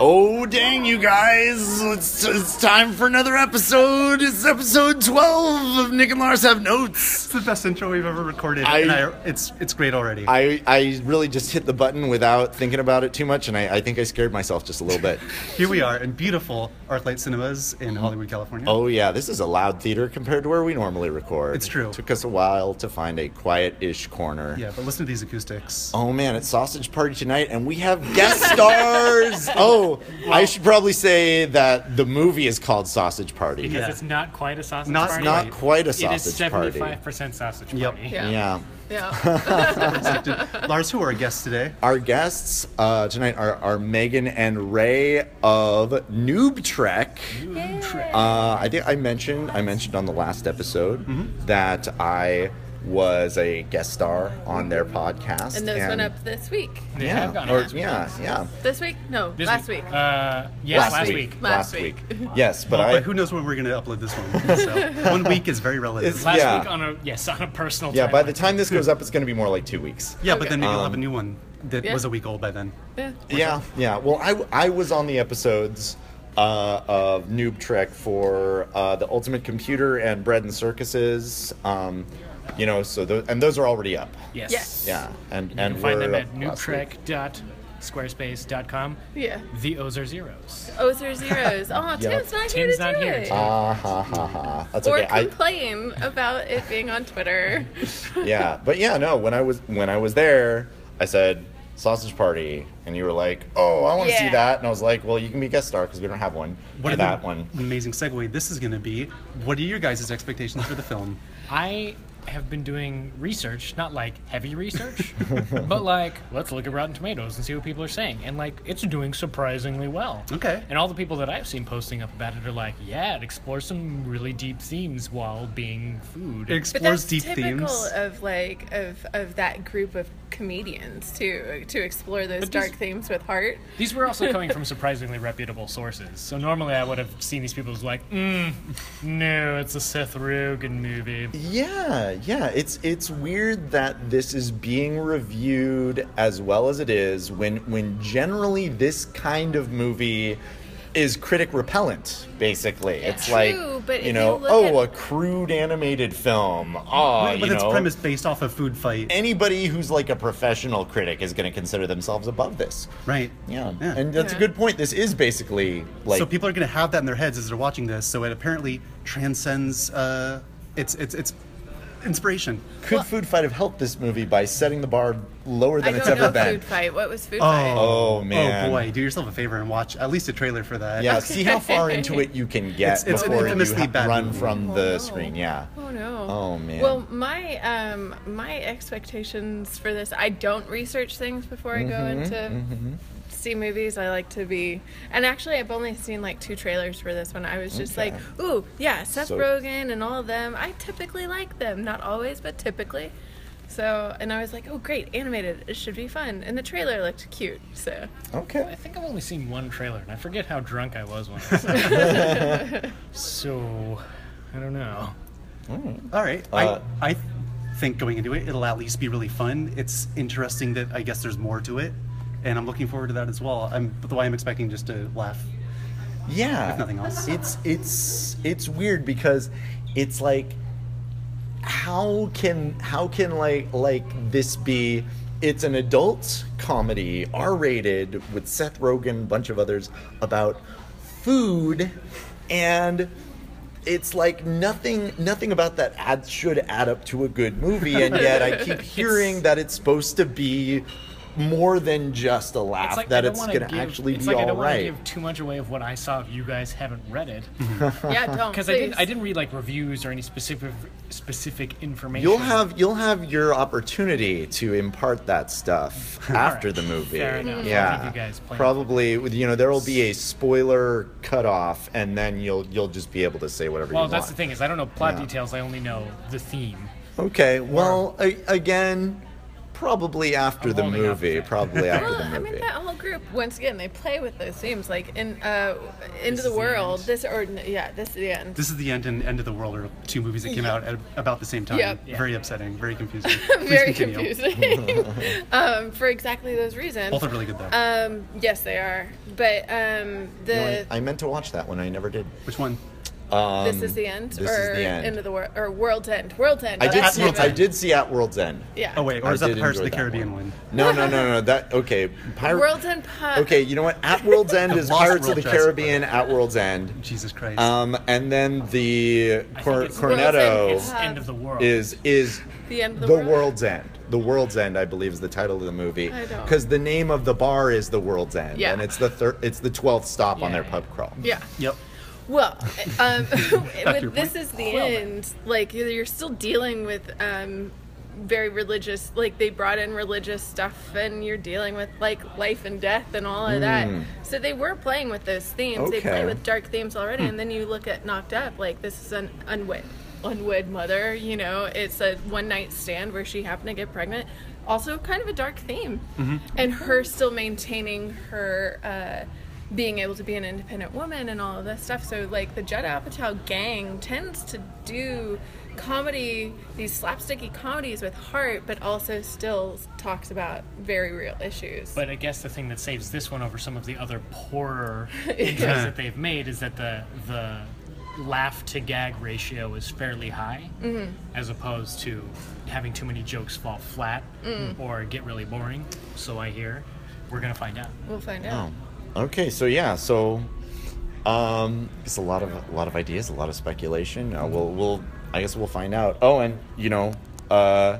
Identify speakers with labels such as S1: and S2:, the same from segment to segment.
S1: Oh, dang, you guys. It's, it's time for another episode. It's episode 12 of Nick and Lars Have Notes.
S2: It's the best intro we've ever recorded,
S1: I-
S2: and I, it's it's great already.
S1: I, I really just hit the button without thinking about it too much, and I, I think I scared myself just a little bit.
S2: Here we are in beautiful ArcLight Cinemas in Hollywood, California.
S1: oh, yeah, this is a loud theater compared to where we normally record.
S2: It's true.
S1: Took us a while to find a quiet ish corner.
S2: Yeah, but listen to these acoustics.
S1: Oh man, it's sausage party tonight, and we have guest stars. oh, I should probably say that the movie is called Sausage Party.
S3: Because
S2: Yeah.
S3: it's not quite a sausage
S2: Not-
S3: party.
S1: Not quite a
S3: It is
S1: sausage party.
S3: seventy-five percent sausage
S2: Yep.
S3: party.
S4: Yeah.
S1: yeah.
S4: Yeah.
S2: Lars, who are our guests today?
S1: Our guests uh, tonight are, are Megan and Ray of Noob Trek. Uh, I think I mentioned I mentioned on the last episode that I was a guest star on their podcast.
S4: and those went up this week.
S3: They have
S1: Yeah,
S3: gone
S1: or,
S3: up.
S1: yeah, yeah.
S4: This week? No,
S3: This
S4: last week.
S3: Uh, yes, last, week.
S1: Last
S4: Last
S1: week.
S4: week.
S1: yes, but
S2: But
S1: I.
S2: who knows when we're going to upload this one? So one week is very relative.
S1: It's-
S3: Last
S1: Yeah.
S3: week on a yes on a personal.
S1: Yeah, by the
S3: timeline.
S1: time this goes up, it's going to be more like two weeks.
S2: yeah, but then maybe we'll have a
S1: Um,
S2: new one that
S4: yeah.
S2: was a week old by then.
S4: Yeah.
S1: Yeah, yeah. Well, I, w- I was on the episodes uh, of Noob Trek for uh, the Ultimate Computer and Bread and Circuses. Um, you know, so tho- and those are already up.
S3: Yes.
S4: Yes.
S1: Yeah, and
S3: You
S1: and
S3: can find
S1: were
S3: them at
S1: up last week.
S3: noobtrek.squarespace.com.
S4: Yeah.
S3: The O's are zeros.
S4: O's or zeros. Oh, Tim's not here
S3: Tim's
S4: to
S3: not
S4: do
S3: here
S4: it.
S3: to-
S1: Ah ha ha ha. That's
S4: or
S1: okay. I,
S4: complain about it being on Twitter.
S1: yeah, but yeah, no. When I was when I was there, I said sausage party, and you were like, "Oh, I want to see
S4: Yeah.
S1: that," and I was like, "Well, you can be guest star because we don't have one."
S2: What
S1: Or
S2: are the-
S1: that one?
S2: An amazing segue. This is going to be. What are your guys' expectations for the film?
S3: I have been doing research, not like heavy research, but like let's look at Rotten Tomatoes and see what people are saying. And like it's doing surprisingly well.
S2: Okay.
S3: And all the people that I've seen posting up about it are like, yeah, it explores some really deep themes while being food.
S2: It
S4: But
S2: explores
S4: that's
S2: deep
S4: typical
S2: themes.
S4: of like of of that group of comedians too to explore those
S3: But
S4: dark
S3: these-
S4: themes with heart.
S3: These were also coming from surprisingly reputable sources. So normally I would have seen these people as like, mm, no, it's a Seth Rogen movie.
S1: Yeah, yeah. It's it's weird that this is being reviewed as well as it is when when generally this kind of movie is critic repellent basically it's
S4: True,
S1: like
S4: but if
S1: you
S4: you
S1: know
S4: look
S1: oh
S4: at-
S1: a crude animated film oh
S2: but
S1: you
S2: it's
S1: know
S2: premise based off of food fight,
S1: anybody who's like a professional critic is going to consider themselves above this
S2: right?
S1: yeah,
S2: Yeah.
S1: and that's a
S4: Yeah.
S1: good point this is basically like
S2: so people are going to have that in their heads as they're watching this. So it apparently transcends. Uh, it's it's it's inspiration.
S1: could food fight have helped this movie by setting the bar lower
S4: I
S1: than
S4: don't
S1: it's
S4: know
S1: ever been
S4: food fight. What was food fight?
S1: Oh, man.
S2: Oh boy, do yourself a favor and watch at least a trailer for that.
S1: Yeah, see how far into it you can get
S2: It's- it's an
S1: before you
S2: infamously
S1: have
S2: bad
S1: run
S2: movie.
S1: from
S4: Oh,
S1: the
S4: no.
S1: screen. Yeah.
S4: Oh no.
S1: Oh, man.
S4: Well, my um my expectations for this, I don't research things before I go
S1: Mm-hmm,
S4: into see movies. I like to be and actually I've only seen like two trailers for this one. I was just
S1: Okay.
S4: like, ooh, yeah, Seth
S1: So-
S4: Rogen and all of them. I typically like them. Not always, but typically. So and I was like, oh great, animated. It should be fun. And the trailer looked cute. So
S3: I
S1: Okay.
S3: think I've only seen one trailer, and I forget how drunk I was when I saw it. so, I don't know.
S2: All right.
S1: Uh,
S2: I I think going into it, it'll at least be really fun. It's interesting that I guess there's more to it, and I'm looking forward to that as well. I'm but the way I'm expecting just to laugh.
S1: Yeah.
S2: If nothing else.
S1: It's it's it's weird because it's like how can how can like like this be it's an adult comedy r-rated with seth rogen a bunch of others about food and it's like nothing nothing about that ad should add up to a good movie and yet i keep hearing that it's supposed to be more than just a laugh that it's
S3: wanna
S1: going to
S3: give-
S1: actually
S3: it's
S1: be
S3: like I
S1: all
S3: don't wanna
S1: right Mm-hmm.
S3: give too much away of what I saw if you guys haven't read it.
S4: yeah, don't
S3: Because I didn't, I
S4: please.
S3: didn't read like reviews or any specific specific information.
S1: You'll have you'll have your opportunity to impart that stuff after
S3: right.
S1: the movie.
S3: Fair enough. I'll
S1: Yeah,
S3: leave you guys play.
S1: probably with- you know there will be a spoiler cutoff, and then you'll you'll just be able to say whatever
S3: Well,
S1: you
S3: that's the
S1: want.
S3: thing is I don't know plot
S1: Yeah.
S3: details. I only know the theme.
S1: Okay. Well, a- again, Probably after
S5: I'm
S1: the
S5: holding out for
S1: movie.
S5: that.
S1: Probably after
S4: Well,
S1: the
S4: I mean,
S1: movie.
S4: that whole group. Once again, they play with those themes, like in uh,
S5: This
S4: into
S5: is
S4: the
S5: the
S4: world.
S5: end.
S4: This or yeah, this is the end.
S2: This is the end and end of the world are two movies that came out at about the same time.
S4: Yep.
S5: Yeah.
S2: Very upsetting, very confusing. Please
S4: Very
S2: continue.
S4: confusing. um, for exactly those reasons.
S2: Both are really good though.
S4: Um, yes, they are. But um, the
S1: You know, I, I meant to watch that one. I never did.
S2: Which one?
S1: Um,
S4: this is the end
S1: This
S4: or
S1: is the end.
S4: end of the world or world's end. World's end. Oh,
S1: I did
S4: that's
S1: see.
S4: the
S1: I
S4: one.
S1: did see at World's End.
S4: Yeah.
S2: Oh wait, or
S1: I
S2: is that
S1: did
S2: the Pirates of the
S1: enjoy that
S2: Caribbean one?
S1: No, no, no, no. That okay. Pir-
S4: World's end pub.
S1: Okay, you know what? At World's End
S2: I've
S1: is
S2: lost
S1: Pirates of the
S2: World Jurassic
S1: Caribbean. At World's End,
S2: Jesus Christ.
S1: um, and then the Cor-
S5: it's-
S4: World's
S1: Cornetto
S4: End.
S5: End of the world.
S1: is is
S4: The end of
S1: the
S4: the,
S1: World's End. The World's End, I believe, is the title of the movie.
S4: I don't-
S1: Because the name of the bar is the World's End,
S4: Yeah.
S1: and it's the thir- it's the twelfth stop on
S5: Yeah.
S1: their pub crawl.
S4: Yeah.
S2: Yep.
S4: Well, um,
S2: your
S4: with this
S2: point.
S4: is the
S5: Well, then.
S4: end. Like you're you're still dealing with um, very religious. Like they brought in religious stuff, and you're dealing with like life and death and all of that. So they were playing with those themes. They
S1: Okay.
S4: play with dark themes already,
S1: Hmm.
S4: and then you look at Knocked Up. Like this is an unwed, unwed mother. You know, it's a one night stand where she happened to get pregnant. Also, kind of a dark theme,
S1: Mm-hmm.
S4: and her still maintaining her. Uh, being able to be an independent woman and all of this stuff. So like the Judd Apatow gang tends to do comedy, these slapsticky comedies with heart, but also still talks about very real issues.
S5: But I guess the thing that saves this one over some of the other poorer entries that they've made is that the the laugh to gag ratio is fairly high, as opposed to having too many jokes fall flat or get really boring. So I hear. We're gonna find out.
S4: we'll find out.
S1: Um, Okay, so yeah, so um, it's a lot of a lot of ideas, a lot of speculation.
S2: Mm-hmm.
S1: Uh, we'll we'll I guess we'll find out. Oh, and you know, uh,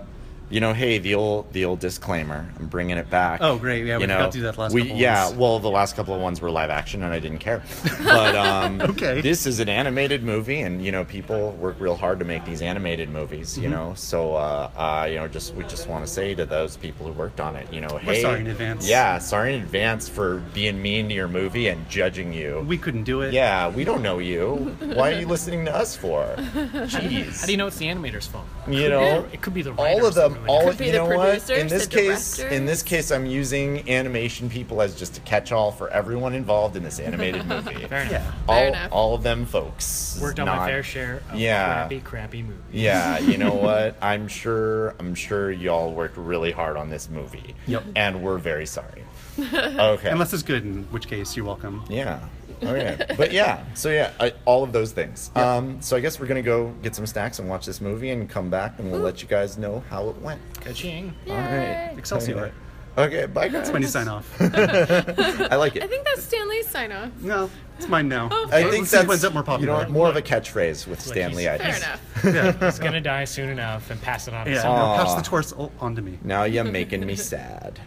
S1: you know, hey, the old the old disclaimer. I'm bringing it back.
S2: Oh, great, yeah, we
S1: you
S2: forgot to do that last
S1: we,
S2: couple
S1: yeah,
S2: ones.
S1: well, the last couple of ones were live action, and I didn't care. But um,
S2: Okay.
S1: this is an animated movie, and you know, people work real hard to make these animated movies.
S2: Mm-hmm.
S1: You know, so uh, uh, you know, just we just want to say to those people who worked on it, you know,
S2: We're
S1: hey,
S2: sorry in advance.
S1: Yeah, uh, sorry in advance for being mean to your movie and judging you.
S2: We couldn't do it.
S1: yeah, we don't know you. Why are you listening to us for? Jeez.
S5: How do you know it's the animator's fault?
S1: You know,
S5: It could be the
S1: all
S5: writers
S1: of them,
S5: that ruined it.
S1: all
S4: Could
S1: of
S4: be
S1: you
S4: the
S1: know what?
S4: producers,
S1: In this
S4: the
S1: case, in this
S4: directors.
S1: case, I'm using animation people as just a catch-all for everyone involved in this animated movie.
S5: Fair enough.
S2: Yeah.
S1: all,
S4: Fair enough.
S1: all of them folks. It's
S5: Worked on
S1: not-
S5: my fair share of
S1: Yeah.
S5: crappy, crappy movies.
S1: Yeah, you know what? I'm sure. I'm sure y'all worked really hard on this movie.
S2: Yep.
S1: And we're very sorry. Okay.
S2: Unless it's good, in which case you're welcome.
S1: Yeah. Oh yeah. but yeah. So yeah, I, all of those things. Um, so I guess we're gonna go get some snacks and watch this movie and come back and we'll let you guys know how it went.
S5: Ka-ching.
S1: Oh, All right.
S2: Excelsior.
S1: Okay. Bye guys.
S2: That's when you sign off.
S1: I like it.
S4: I think that's Stanley's sign off.
S2: no, it's mine now.
S1: I
S2: Let's
S1: think
S2: see
S1: that's
S2: when's up more popular.
S1: You know, what, more of a catchphrase with
S5: Like
S1: Stanley
S5: he's-
S4: Fair
S1: Idis.
S4: enough.
S2: yeah,
S5: He's gonna die soon enough and pass it on to
S2: yeah.
S5: someone.
S2: Now pass
S1: Aw.
S2: the torch o- onto me.
S1: Now you're making me sad.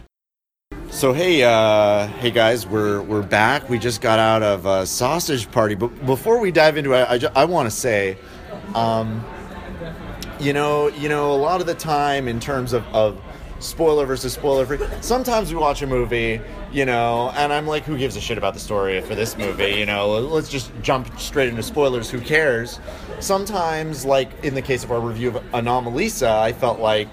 S1: So hey, uh, hey guys, we're we're back. We just got out of uh, sausage party, but before we dive into it, I, ju- I want to say, um, you know, you know, a lot of the time in terms of, of spoiler versus spoiler free, sometimes we watch a movie, you know, and I'm like, who gives a shit about the story for this movie? You know, let's just jump straight into spoilers. Who cares? Sometimes, like in the case of our review of Anomalisa, I felt like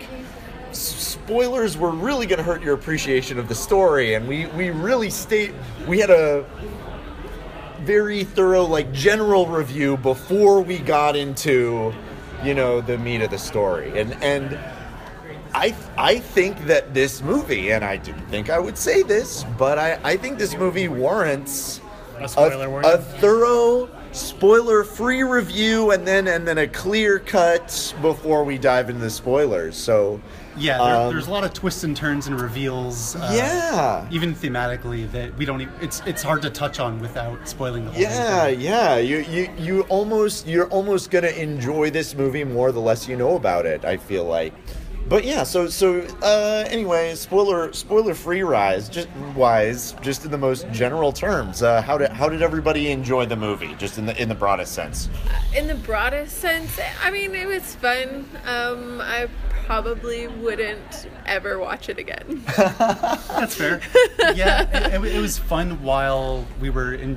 S1: spoilers were really going to hurt your appreciation of the story and we we really state we had a very thorough like general review before we got into you know the meat of the story and and I I think that this movie and I didn't think I would say this but I I think this movie warrants
S5: A spoiler
S1: a,
S5: warning.
S1: a thorough spoiler-free review and then and then a clear cut before we dive into the spoilers so
S2: Yeah, there,
S1: um,
S2: there's a lot of twists and turns and reveals. Uh,
S1: Yeah.
S2: Even thematically, that we don't. Even, it's it's hard to touch on without spoiling the whole.
S1: Yeah,
S2: Thing.
S1: yeah. You, you you almost you're almost gonna enjoy this movie more the less you know about it. I feel like, but yeah. So so uh, anyway, spoiler spoiler free rise just wise just in the most general terms. Uh, how did how did everybody enjoy the movie just in the in the broadest sense?
S4: in the broadest sense, I mean, it was fun. Um, I probably wouldn't ever watch it again.
S2: That's fair. yeah, it, it, wa- it was fun while we were in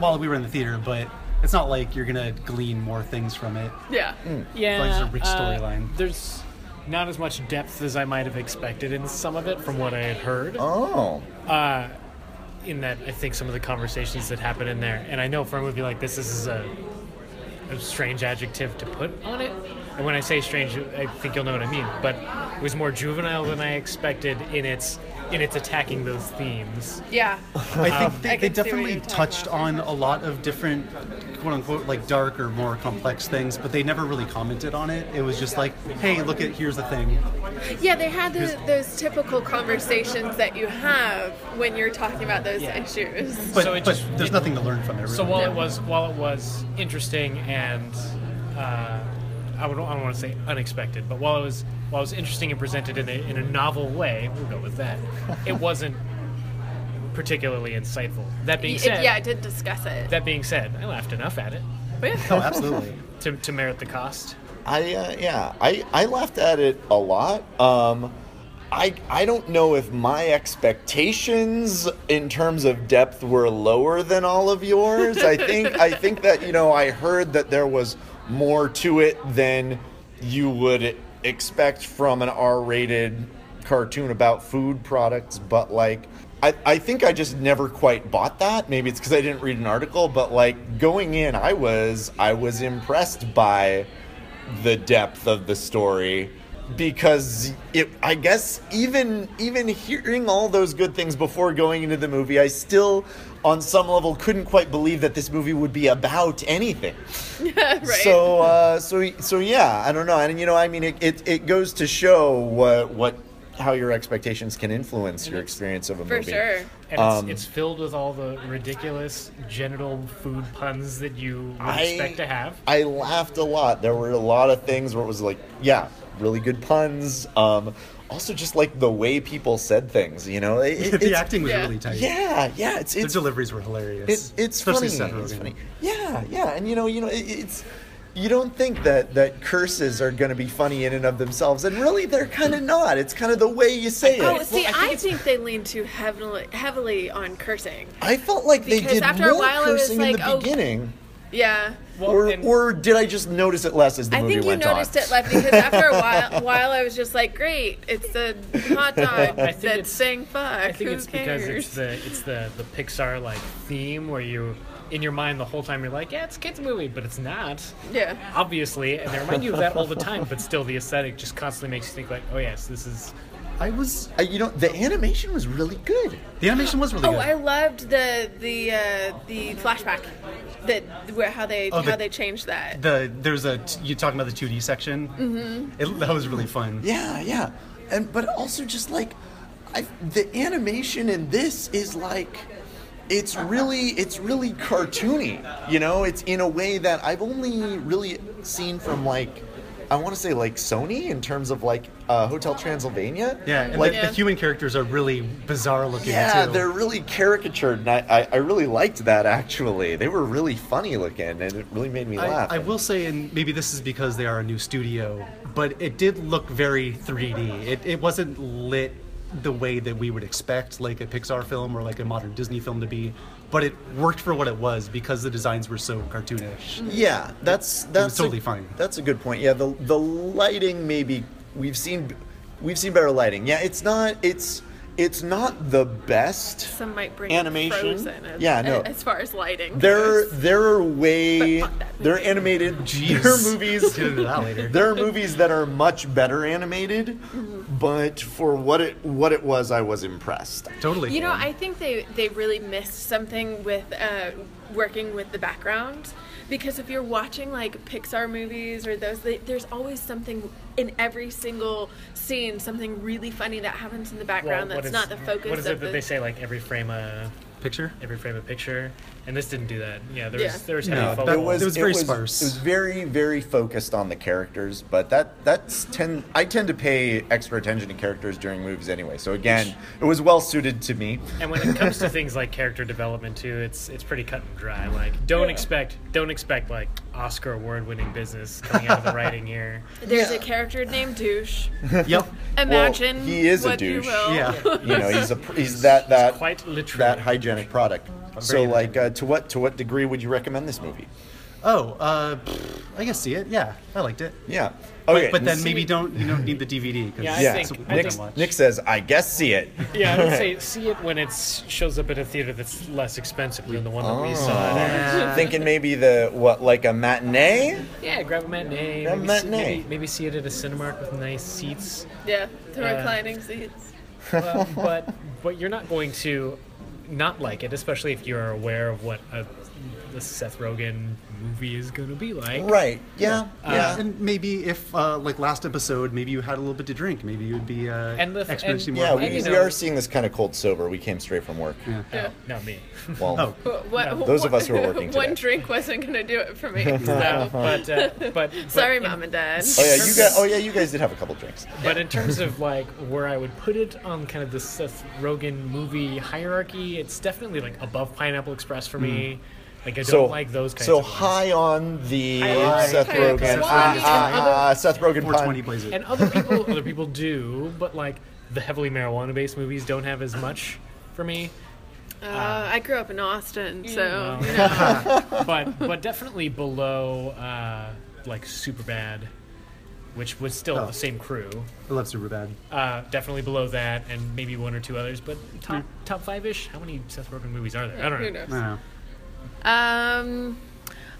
S2: while we were in the theater, but it's not like you're gonna glean more things from it.
S4: yeah.
S2: It's like
S5: Yeah,
S2: a rich
S5: uh,
S2: storyline.
S5: there's
S3: not as much depth as I might have expected in some of it from what I had heard.
S1: Oh,
S3: Uh, in that, I think some of the conversations that happen in there, and I know for a movie like this, this is a, a strange adjective to put on it. And when I say strange, I think you'll know what I mean. But it was more juvenile than I expected in its in its attacking those themes.
S4: Yeah.
S2: I think they, they
S4: I can see what
S2: definitely
S4: you're talking
S2: touched
S4: about.
S2: on a lot of different, quote unquote, like dark or more complex things, but they never really commented on it. It was just like, hey, look at here's the thing.
S4: Yeah, they had the, those typical conversations that you have when you're talking about those
S3: Yeah.
S4: issues.
S2: But,
S3: So it
S2: but
S3: just-
S2: there's
S3: it-
S2: nothing to learn from it. Really.
S3: So while it was while it was interesting and uh, I, would, I don't want to say unexpected, but while it was while it was interesting and presented in a, in a novel way, we'll go with that. It wasn't particularly insightful. That being
S4: It-
S3: said,
S4: yeah, I did discuss it.
S3: that being said, I laughed enough at it
S2: oh, absolutely.
S3: to, to merit the cost.
S1: I uh, yeah, I I laughed at it a lot. Um, I I don't know if my expectations in terms of depth were lower than all of yours. I think I think that you know I heard that there was more to it than you would expect from an R-rated cartoon about food products, but like. I, I think I just never quite bought that. Maybe it's because I didn't read an article, but like going in, I was I was impressed by the depth of the story because it I guess even even hearing all those good things before going into the movie I still on some level couldn't quite believe that this movie would be about anything.
S4: right.
S1: So uh, so so yeah, I don't know. And you know, I mean it, it it goes to show what what how your expectations can influence your experience of a
S4: Mm-hmm. for
S1: movie.
S4: sure.
S3: And
S1: Um,
S3: it's, it's filled with all the ridiculous genital food puns that you would expect to have.
S1: I laughed a lot. There were a lot of things where it was like, yeah, really good puns. Um, also, just like the way people said things, you know. It- it-
S2: the
S1: it's-
S2: acting was
S4: yeah.
S2: really tight.
S1: Yeah, yeah. It's
S2: The
S1: it's
S2: deliveries were hilarious.
S1: it, it's funny.
S2: Especially Seth
S1: It's
S2: Rogen.
S1: funny. Yeah, yeah. And you know, you know, it, it's you don't think that that curses are going to be funny in and of themselves, and really, they're kind
S2: Mm.
S1: of not. It's kind of the way you say it.
S4: Oh, see, I think, they lean too heavily, heavily on cursing.
S1: I felt like they
S4: Because
S1: did
S4: after a
S1: more
S4: while I was
S1: cursing in
S4: like,
S1: the
S4: oh,
S1: beginning.
S4: Yeah.
S1: or,
S3: and-
S1: or did I just notice it less as the
S4: I
S1: movie
S4: think you
S1: went
S4: noticed
S1: on?
S4: it, like, because after a while, while I was just like, "Great, it's a hot dog
S3: I think
S4: that's
S3: it's-
S4: saying fuck."
S3: I think
S4: Who
S3: it's
S4: cares?
S3: because it's the it's the the Pixar like theme where you in your mind the whole time you're like, yeah, it's a kids movie, but it's not.
S4: yeah,
S3: Obviously, and they remind you of that all the time, but still the aesthetic just constantly makes you think like, oh yes, this is
S2: I was.
S1: Uh, you know, the animation was really good.
S2: The animation was really
S4: Oh,
S2: good.
S4: I loved the the uh, the flashback that where how they
S2: Oh, the-
S4: how they changed that.
S2: the there's a t- you talking about the 2D section. Mm-hmm. It, that was really fun.
S1: Yeah, yeah, and but also just like, I the animation in this is like, it's really it's really cartoony. You know, it's in a way that I've only really seen from like. I want to say like Sony in terms of like uh, Hotel Transylvania.
S2: Yeah, and
S1: like
S2: the, the human characters are really bizarre looking
S1: yeah,
S2: too.
S1: they're really caricatured, and I, I, I really liked that actually. They were really funny looking, and it really made me
S2: I,
S1: laugh.
S2: I will say, and maybe this is because they are a new studio, but it did look very 3D. It, it wasn't lit the way that we would expect, like a Pixar film or like a modern Disney film to be, but it worked for what it was because the designs were so cartoonish.
S1: Yeah, that's that's
S2: totally
S1: a,
S2: fine.
S1: That's a good point. Yeah, the the lighting maybe we've seen we've seen better lighting. Yeah, it's not it's it's not the best.
S4: Some might bring
S1: Animation?
S4: Frozen as,
S1: Yeah, no.
S4: as far as lighting.
S1: There
S4: goes.
S1: there are way
S4: But fuck that
S1: there are
S4: movie.
S1: animated
S2: Jeez.
S1: there are movies
S2: Get into that later.
S1: there are movies that are much better animated,
S4: Mm-hmm.
S1: but for what it what it was, I was impressed.
S2: Totally.
S4: You know, I think they they really missed something with uh, working with the background because if you're watching like Pixar movies or those, they, there's always something in every single scene, something really funny that happens in the background
S3: what
S4: that's
S3: is-
S4: not the focus.
S3: What is
S4: of
S3: it that
S4: the,
S3: they say like every frame a
S2: Picture?
S3: every frame a picture? And this didn't do that. Yeah, there was
S4: Yeah.
S3: there was heavy
S1: No,
S3: faux
S1: there
S3: pas.
S1: was,
S2: It was very sparse.
S1: It was very, very focused on the characters, but that that's tend I tend to pay extra attention to characters during movies anyway. So again, it was well suited to me.
S3: And when it comes to things like character development too, it's it's pretty cut and dry. Like don't expect don't expect like Oscar award winning business coming out of the writing here.
S4: There's a character named Douche.
S2: Yep.
S4: Imagine
S1: he is a
S4: what
S1: douche.
S4: You
S3: Oh.
S4: will.
S2: Yeah.
S1: You know, he's a pr- he's that that
S3: quite literally.
S1: that hygienic product. So like, uh, to what to what degree would you recommend this movie?
S2: oh, uh, pfft, I can see it. Yeah, I liked it.
S1: Oh, Yeah.
S2: But-
S1: Okay.
S2: But, then maybe don't you don't need the DVD because
S3: Yeah, I
S1: yeah.
S3: think-
S2: it's
S3: I
S2: way
S3: think-
S2: too much.
S1: Nick, Nick says, "I guess see it."
S3: Yeah, I would say see it when it shows up at a theater that's less expensive than the one that we
S1: Oh.
S3: saw.
S1: Thinking maybe the what, like a matinee?
S3: Yeah, grab a matinee.
S1: Grab a
S3: maybe
S1: matinee.
S3: See, maybe, maybe see it at a Cinemark with nice seats.
S4: Yeah, the
S3: Uh,
S4: reclining seats.
S3: Well, but but you're not going to not like it, especially if you're aware of what a, the Seth Rogen movie is going to be like.
S1: Right. Yeah. Yeah.
S2: Uh, and maybe if uh, like last episode, maybe you had a little bit to drink. Maybe you'd be uh,
S3: And the-
S2: exponentially
S3: and-
S2: more.
S1: yeah.
S2: Yeah,
S1: We,
S3: And, you
S1: we
S3: know-
S1: are seeing this kind of cold sober. We came straight from work.
S4: Yeah.
S3: Not me.
S1: Well,
S2: Oh.
S4: But what-
S1: Those of us who are working today.
S4: One drink wasn't going to do it for me.
S3: No,
S4: So.
S3: but, uh, but but
S4: Sorry,
S3: in-
S4: mom and dad. Uh,
S1: oh yeah, you guys. Oh yeah, you guys did have a couple drinks.
S3: But in terms of like where I would put it on kind of the Seth Rogen movie hierarchy, it's definitely like above Pineapple Express for me. Like I don't
S1: Hmm. So
S3: like those kinds
S1: so
S3: of ones.
S1: high on the
S3: High
S1: Seth
S4: on
S1: Rogen.
S4: Seth
S1: ah,
S4: Rogen.
S1: ah, ah, Seth Rogen pun.
S2: 420 plays it.
S3: And other people other people do, but like the heavily marijuana based movies don't have as much for me.
S4: Uh, I grew up in Austin, so
S3: No.
S4: you know,
S3: but but definitely below uh, like Superbad, which was still
S2: Oh.
S3: the same crew.
S2: I love Superbad.
S3: Uh, definitely below that, and maybe one or two others. But
S1: Hmm.
S3: top top five ish. How many Seth Rogen movies are there? I don't know.
S4: who knows?
S2: I don't know.
S4: Um,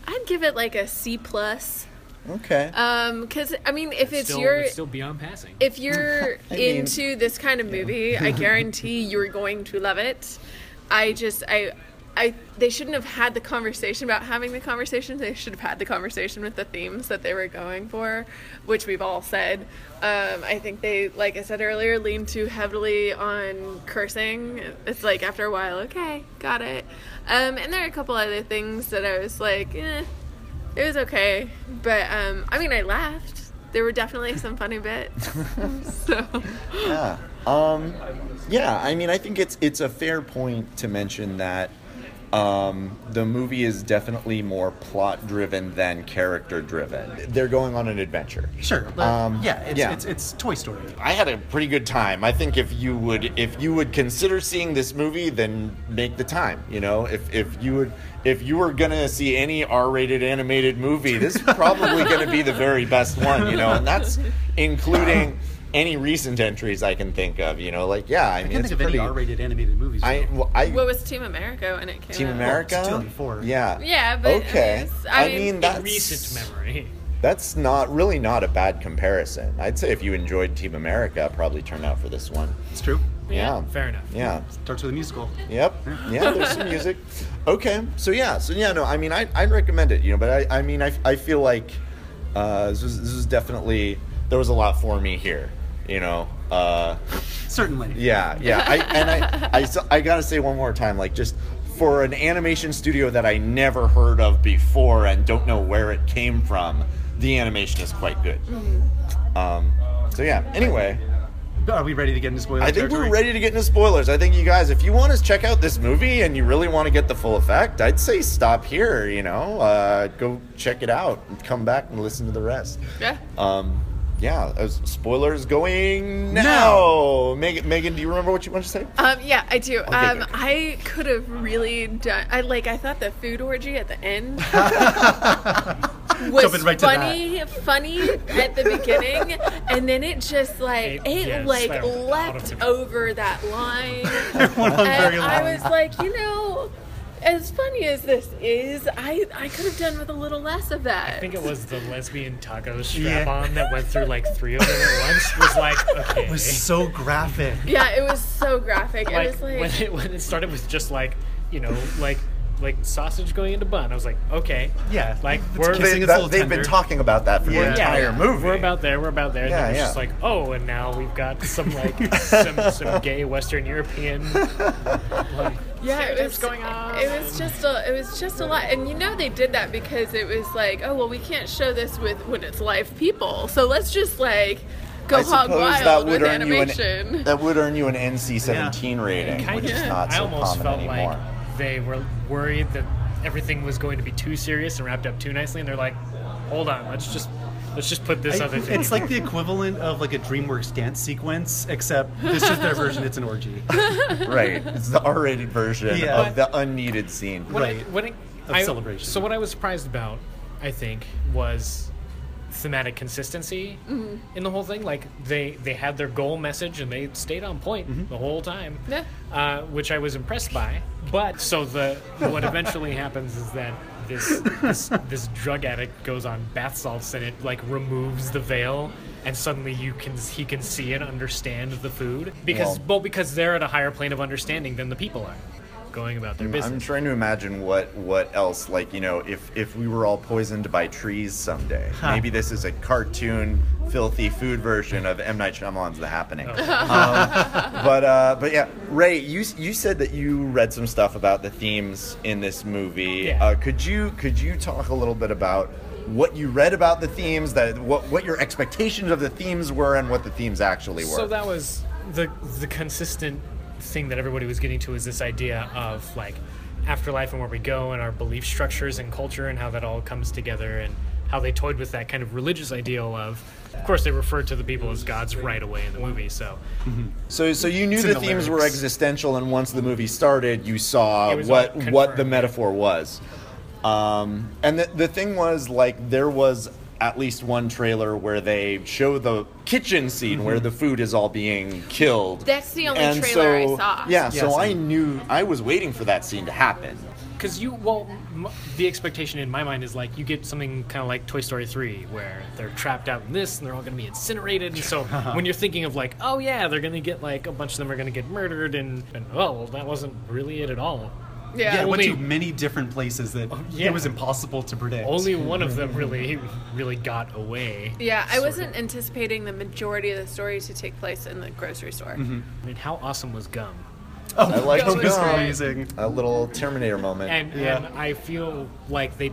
S4: I'd give it like a C plus.
S1: Okay.
S4: Um, because I mean, if it's
S3: still,
S4: your
S3: it's still beyond passing.
S4: if you're
S1: I mean-
S4: into this kind of movie, I guarantee you're going to love it. I just I I they shouldn't have had the conversation about having the conversation. They should have had the conversation with the themes that they were going for, which we've all said. Um, I think they, like I said earlier, leaned too heavily on cursing. It's like after a while, okay, got it. Um, and there are a couple other things that I was like, eh, it was okay, but um, I mean, I laughed. There were definitely some funny bits. so
S1: Yeah. Um, yeah. I mean, I think it's it's a fair point to mention that um, the movie is definitely more plot driven than character driven. They're going on an adventure.
S2: Sure. but
S1: Um,
S2: yeah, it's,
S1: yeah.
S2: It's, it's Toy Story.
S1: I had a pretty good time. I think if you would if you would consider seeing this movie, then make the time. You know, if if you would if you were gonna see any R-rated animated movie, this is probably gonna be the very best one. You know, and that's including any recent entries I can think of. You know, like yeah, I,
S2: I
S1: mean,
S2: can't
S1: it's
S2: think of
S1: pretty.
S2: any R-rated animmated movies.
S1: I, well, I
S4: what was Team America when it came
S1: Team
S4: out?
S1: America.
S2: Well, it's 2004.
S1: Yeah.
S4: Yeah, but I mean,
S1: okay.
S4: it's-
S1: I
S4: I
S1: mean,
S4: mean, in
S1: that's
S3: recent memory.
S1: That's not really not a bad comparison. I'd say if you enjoyed Team America, probably turn out for this one.
S2: it's true.
S1: Yeah.
S3: Fair enough.
S1: Yeah.
S2: Starts with a musical.
S1: Yep. Yeah, there's some music. Okay. So yeah. So yeah. No. I mean, I I'd recommend it. You know, but I I mean, I, I feel like uh, this was this was definitely there was a lot for me here. You know. Uh,
S2: Certainly.
S1: yeah. Yeah. I and I I so- I gotta say one more time, like just for an animation studio that I never heard of before and don't know where it came from, the animation is quite good. Um. So yeah. Anyway.
S2: Are we ready to get into spoiler
S1: I think
S2: territory?
S1: we're ready to get into spoilers. I think you guys, if you want to check out this movie and you really want to get the full effect, I'd say stop here. You know, uh, go check it out and come back and listen to the rest.
S4: Yeah.
S1: Um, yeah. uh, spoilers going now. Megan, Megan, do you remember what you wanted to say?
S4: Um, yeah, I do. um,
S1: good.
S4: I could have really done. I like. I thought the food orgy at the end was
S2: Jumping right to that.
S4: funny, funny at the beginning, and then it just like
S3: It-
S4: it,
S3: yeah,
S4: like
S3: spiraled out of
S4: leapt
S3: control.
S4: over that line,
S2: One of them very
S4: and
S2: loud.
S4: I was like, you know, as funny as this is, I I could have done with a little less of that.
S3: I think it was the lesbian taco strap on that went through like three of them at once. Was like okay.
S2: It was so graphic.
S4: yeah, it was so graphic.
S3: like,
S4: it was like.
S3: when it when it started with just like you know like like sausage going into bun. I was like okay.
S2: Yeah.
S3: Like,
S2: it's
S3: we're-
S2: kissing
S1: They,
S2: its little
S1: have been
S2: tender.
S1: talking about that for the
S2: Yeah.
S1: entire movie.
S3: We're about there. We're about there.
S1: Yeah,
S3: and then it was
S1: yeah.
S3: just like, oh, and now we've got some like some, some gay Western European. Like,
S4: yeah, it was
S3: going on.
S4: It was just a, it was just a lot, and you know they did that because it was like, oh well, we can't show this with when it's live people, so let's just like go
S1: I
S4: hog
S1: suppose
S4: wild
S1: that would
S4: with
S1: earn you
S4: animation.
S1: an that would earn you an NC-17 rating,
S3: Kind
S1: which
S3: of.
S1: is not
S3: I
S1: so
S3: almost
S1: common
S3: felt
S1: anymore.
S3: like they were worried that everything was going to be too serious and wrapped up too nicely, and they're like, "Hold on, let's just let's just put this
S2: I-
S3: other thing."
S2: it's like the equivalent of like a DreamWorks dance sequence, except this is their version. It's an orgy.
S1: right. It's the R-rated version
S2: Yeah.
S1: of the unneeded scene.
S3: when I-
S2: right,
S3: when I-
S2: of
S3: I-
S2: celebration.
S3: So what I was surprised about I think, was thematic consistency in the whole thing. Like they they had their goal message and they stayed on point
S2: Mm-hmm.
S3: the whole time,
S4: Yeah.
S3: uh, which I was impressed by. But so the what eventually happens is that. This, this this drug addict goes on bath salts and it like removes the veil and suddenly you can he can see and understand the food because
S1: Well-
S3: well because they're at a higher plane of understanding than the people are going about their business
S1: I'm trying to imagine what what else like you know if if we were all poisoned by trees someday. Maybe this is a cartoon filthy food version of M Night Shyamalan's The Happening.
S3: Oh.
S1: Um, but uh, but yeah, Ray, you s- you said that you read some stuff about the themes in this movie.
S3: Yeah.
S1: Uh, could you could you talk a little bit about what you read about the themes that what what your expectations of the themes were and what the themes actually were?
S3: So that was the the consistent thing that everybody was getting to is this idea of like afterlife and where we go and our belief structures and culture and how that all comes together and how they toyed with that kind of religious ideal of of course they referred to the people as gods right away in the movie so
S1: So, so you knew
S2: It's in
S1: the,
S2: the
S1: themes were
S2: lyrics.
S1: existential, and once the movie started, you saw
S3: It was
S1: what
S3: all
S1: what the
S3: confirmed.
S1: metaphor was. Um, and the, the thing was, like, there was at least one trailer where they show the kitchen scene where
S2: Mm-hmm.
S1: the food is all being killed.
S4: That's the only trailer I saw.
S1: Yeah,
S2: Yes,
S1: so I
S2: and-
S1: knew I was waiting for that scene to happen.
S3: because you well m- the expectation in my mind is like you get something kind of like toy story 3 where they're trapped out in this and they're all going to be incinerated and so when you're thinking of like oh yeah they're going to get like a bunch of them are going to get murdered and, and oh well, that wasn't really it at all
S4: Yeah.
S2: Yeah, it went
S3: Only- Oh,
S2: to many different places that
S3: yeah.
S2: it was impossible to predict.
S3: only one of them really really got away
S4: Yeah, I wasn't anticipating the majority of the story to take place in the grocery store.
S3: i mean how awesome was gum
S1: I like
S4: That
S2: It was
S4: Gum.
S2: amazing.
S1: a little Terminator moment.
S3: and
S2: Yeah.
S3: and i feel like they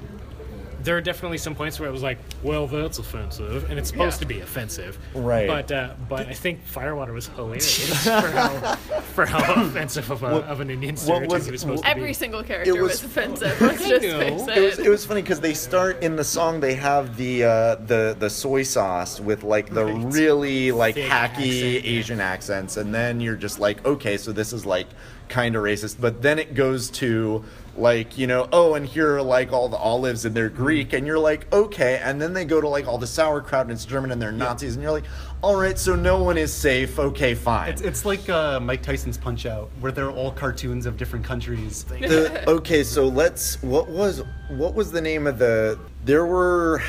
S3: there are definitely some points where it was like, well, that's offensive, and it's supposed
S4: Yeah.
S3: to be offensive,
S1: Right.
S3: But uh, but I think Firewater was hilarious for how for how offensive of, a, of an Indian stereotype
S1: was-
S3: he was supposed to be.
S4: Every single character
S1: It was-
S4: was, offensive. Let's just
S3: know.
S4: fix it.
S1: It was, it was funny because they start in the song. They have the uh, the the soy sauce with like the really like hacky
S3: Thick accent, yeah.
S1: Asian accents, and then you're just like, okay, so this is like kind of racist. But then it goes to like you know, oh, and here are like all the olives and they're Greek, and you're like, okay. And then they go to like all the sauerkraut and it's German and they're Nazis, and you're like, all right, so no one is safe. Okay, fine.
S2: It's, it's like uh, Mike Tyson's Punch Out, where they're all cartoons of different countries.
S1: the, okay, so let's. What was what was the name of the? There were,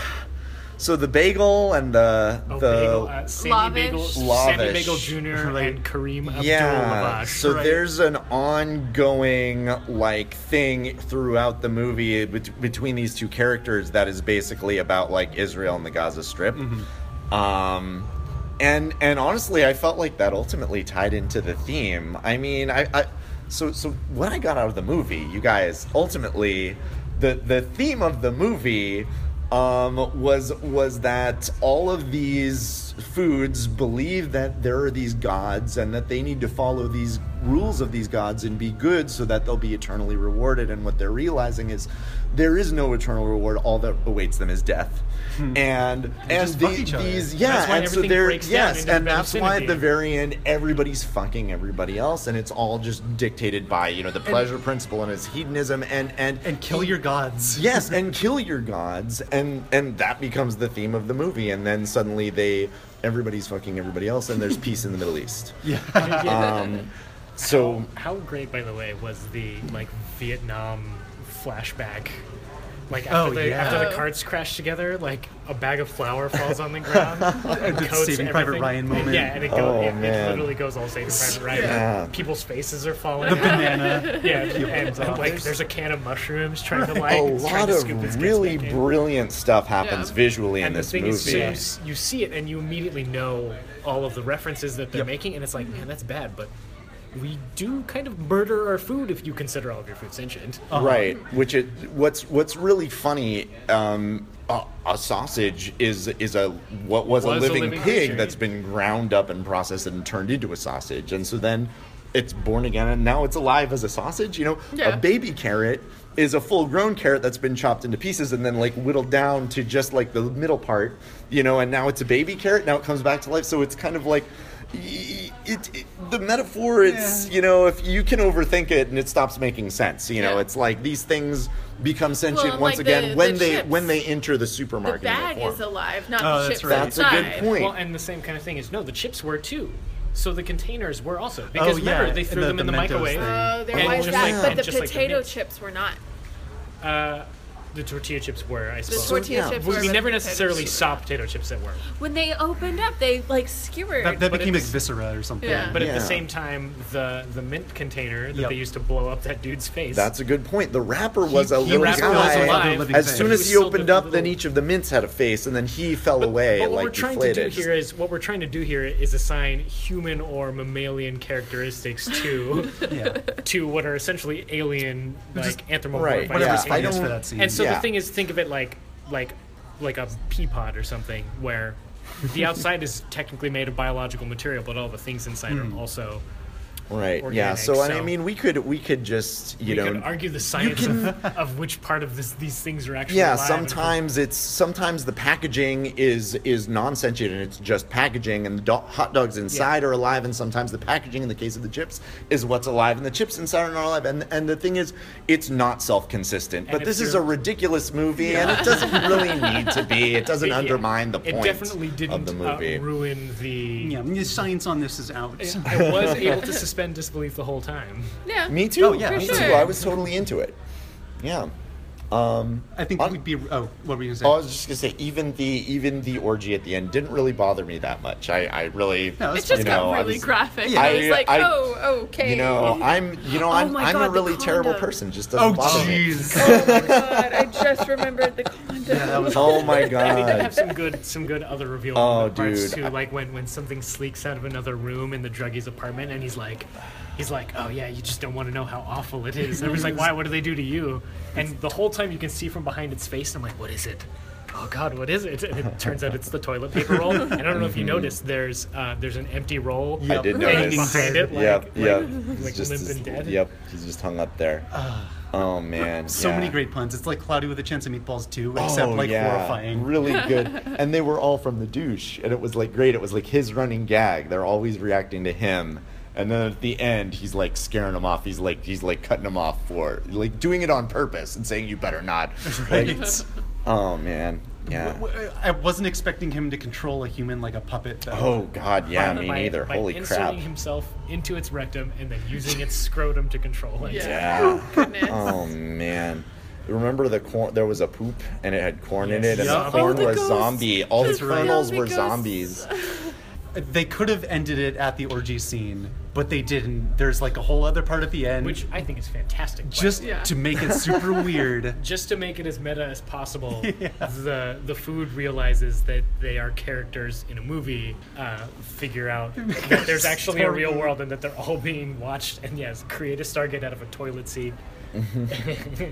S1: so the bagel and the
S3: Oh,
S1: the
S3: Bagel, uh, Sammy Bagel,
S1: Lavish.
S3: Sammy Bagel Jr.
S2: Right.
S3: and Kareem Abdul-Lavish.
S1: yeah. So
S3: right.
S1: there's an ongoing like thing throughout the movie bet- between these two characters that is basically about like Israel and the Gaza Strip.
S3: Mm-hmm.
S1: Um, and and honestly, I felt like that ultimately tied into the theme. I mean, I, I so so what I got out of the movie, you guys, ultimately, the the theme of the movie um, was was that all of these foods believe that there are these gods and that they need to follow these rules of these gods and be good so that they'll be eternally rewarded. And what they're realizing is there is no eternal reward. All that awaits them is death. And and
S2: just
S1: the,
S2: fuck each other.
S1: these yeah,
S3: That's why
S1: and so
S3: everything
S1: there
S3: breaks down
S1: yes,
S3: into
S1: and that's why at the
S3: obscenity.
S1: very end everybody's fucking everybody else, and it's all just dictated by you know the pleasure principle and his hedonism and and
S2: And kill your gods.
S1: yes and kill your gods and and that becomes the theme of the movie and then suddenly they everybody's fucking everybody else and there's peace in the middle east Um, so
S3: How great, by the way, was the like Vietnam flashback? Like after,
S2: Oh,
S3: the,
S2: yeah.
S3: after the
S4: Oh.
S3: carts crash together, like a bag of flour falls on the ground. and
S2: The
S3: coats
S2: Saving Private
S3: everything.
S2: Ryan moment.
S3: Yeah, and it, goes,
S1: Oh,
S3: it, it
S1: man.
S3: literally goes all Saving Private Ryan.
S1: Yeah.
S3: People's faces are falling.
S2: The
S3: out.
S2: banana.
S3: yeah, and
S2: off.
S3: like there's a can of mushrooms trying to like
S1: a lot
S3: trying to scoop its
S1: of
S3: guts
S1: really
S3: back in.
S1: brilliant stuff happens
S4: Yeah.
S1: visually in
S3: And the
S1: this
S3: thing
S1: movie
S3: is, so you, s- you see it and you immediately know all of the references that they're making, and it's like, man, that's bad, but we do kind of murder our food if you consider all of your food sentient.
S1: right which it what's what's really funny um a, a sausage is is a what was, a
S3: Was a
S1: living,
S3: living
S1: pig
S3: creature.
S1: that's been ground up and processed and turned into a sausage and so then it's born again and now it's alive as a sausage you know
S4: Yeah.
S1: a baby carrot is a full grown carrot that's been chopped into pieces and then like whittled down to just like the middle part you know and now it's a baby carrot now it comes back to life so it's kind of like it, it, the metaphor it's you know if you can overthink it and it stops making sense you know
S4: Yeah.
S1: it's like these things become sentient
S4: and,
S1: once
S4: like,
S1: again
S4: the-
S1: when
S4: the
S1: they
S4: chips.
S1: when they enter the
S4: The
S1: supermarket in
S4: bag
S1: form.
S4: is alive, not
S2: Oh,
S4: the
S2: that's
S4: ship.
S2: right.
S1: that's a good
S4: inside.
S1: point
S3: Well, and the same kind of thing is no, the chips were too. So the containers were also because
S2: Oh, yeah,
S3: remember they
S2: and
S3: threw
S2: the-
S3: them in
S2: the
S3: the,
S2: Mentos
S3: microwave.
S2: thing.
S3: Uh,
S4: Oh, there
S3: And
S4: was
S3: just
S4: that,
S3: like-
S4: but
S3: and
S4: the
S3: just like the
S4: potato
S3: mints.
S4: chips were not.
S3: Uh, the tortilla chips were, I
S4: The
S3: suppose.
S4: tortilla
S1: yeah,
S4: chips
S3: we,
S4: were.
S3: we
S4: but
S3: never
S4: the potato
S3: necessarily
S4: chips-
S3: saw potato chips that were,
S4: When they opened up, they like skewered.
S2: That, that
S3: But
S2: became
S3: it's-
S2: his viscera or something.
S4: Yeah.
S3: but at
S1: Yeah.
S3: the same time, the the mint container that
S2: Yep.
S3: they used to blow up that dude's face.
S1: that's a good point the rapper was a
S2: he
S1: little
S2: wrapped
S3: around
S1: guy
S3: as a
S2: alive,
S3: living
S1: as
S2: thing.
S1: soon
S3: He
S1: as
S3: was
S1: he
S3: still the
S1: opened up
S3: little-
S1: then each of the mints had a face and then he fell away
S3: What
S1: like
S3: we're trying
S1: deflated
S3: to do here is what we're trying to do here is assign human or mammalian characteristics to
S2: yeah.
S3: to what are essentially alien like anthropomorphic.
S1: Right, yeah,
S2: Whatever's
S3: things.
S1: I
S2: funniest for
S1: don't-
S2: that scene.
S3: And so
S1: Yeah.
S3: the thing is, think of it like like like a pea pod or something, where the outside is technically made of biological material, but all the things inside
S1: Hmm.
S3: are also.
S1: right yeah
S3: organic,
S1: so, and i
S3: so-
S1: mean we could we could just you
S3: You
S1: know
S3: could argue the science of, of which part of this these things are actually.
S1: yeah
S3: alive and if we're
S1: sometimes it's sometimes the packaging is is non-sentient and it's just packaging and the do- hot dogs inside are alive and sometimes the packaging in the case of the chips is what's alive and the chips inside are not alive and and the thing is it's not self-consistent but
S3: if
S1: this is a
S3: you're-
S1: ridiculous movie and it doesn't really need to be it doesn't
S3: Yeah.
S1: undermine the point
S3: It definitely didn't
S1: of the movie
S3: Uh, ruin the.
S2: Yeah, the science on this is out.
S3: I was able to suspend disbelief the whole time.
S4: Yeah.
S1: me too
S2: Oh, yeah,
S1: me
S4: for
S1: too
S4: sure.
S1: i was totally into it yeah
S2: I think
S1: On-
S2: we'd be. Oh, what were you
S1: I
S2: going to say?
S1: was just gonna say, even the even the orgy at the end didn't really bother me that much. I, I really
S2: No,
S4: It
S2: it's
S4: just
S1: you know,
S4: got
S1: I
S4: really
S1: was-
S4: graphic.
S1: Yeah.
S4: I was
S1: I-
S4: like,
S1: I-
S4: oh, okay.
S1: You know, I'm you know I'm
S4: my
S1: I'm a
S4: God, the
S1: really terrible
S4: condom.
S1: person. Just doesn't
S2: Oh,
S1: bother me.
S2: jeez.
S4: oh my god! I just remembered the condom.
S2: that was-
S1: Oh my
S3: They did
S1: god.
S3: have some good, some good other reveal
S1: Oh,
S3: parts
S1: dude,
S3: too.
S1: I-
S3: Like when when something sleeks out of another room in the druggie's apartment, and he's like, he's like, oh yeah, you just don't want to know how awful it is. And everybody's like, why? What do they do to you? And the whole time you can see from behind its face. And I'm like, what is it? Oh God, what is it? And it turns out it's the toilet paper roll. And I don't know if you noticed, there's uh, there's an empty roll.
S1: I Mm-hmm. did
S3: hanging
S1: notice.
S3: behind it, like,
S1: yep, yep.
S3: like,
S1: He's
S3: like
S1: just
S3: limp
S1: as-
S3: and dead.
S1: Yep, he's just hung up there. oh man.
S2: So many
S1: yeah.
S2: great puns. It's like Cloudy with a Chance of Meatballs 2,
S1: Oh,
S2: except like
S1: yeah.
S2: horrifying.
S1: Really good. and they were all from the douche, and it was like great. It was like his running gag. They're always reacting to him. And then at the end, he's like scaring him off. He's like he's like cutting him off for like doing it on purpose and saying you better not. Like,
S2: Right.
S1: oh man, yeah.
S2: W- w- I wasn't expecting him to control a human like a puppet. Though.
S1: Oh god, yeah, me
S3: by-
S1: neither.
S3: by
S1: Holy crap.
S3: inserting himself into its rectum and then using its scrotum to control it.
S4: Yeah.
S1: Yeah.
S4: Goodness.
S1: Oh man. Remember the corn? There was a poop, and it had corn in it, and
S2: Yup.
S1: the
S2: Oh,
S1: corn
S4: the
S1: was
S4: ghosts.
S1: zombie. All the
S4: That's right.
S1: kernels
S4: Zombie
S1: were
S4: ghosts.
S1: zombies.
S2: They could have ended it at the orgy scene, but they didn't. There's like a whole other part at the end,
S3: Which I think is fantastic. by
S2: just
S3: the way.
S4: Yeah.
S2: to make it super weird.
S3: just to make it as meta as possible, the the food realizes that they are characters in a movie. Uh, figure out that there's actually a real world and that they're all being watched. And yes, create a Stargate out of a toilet seat.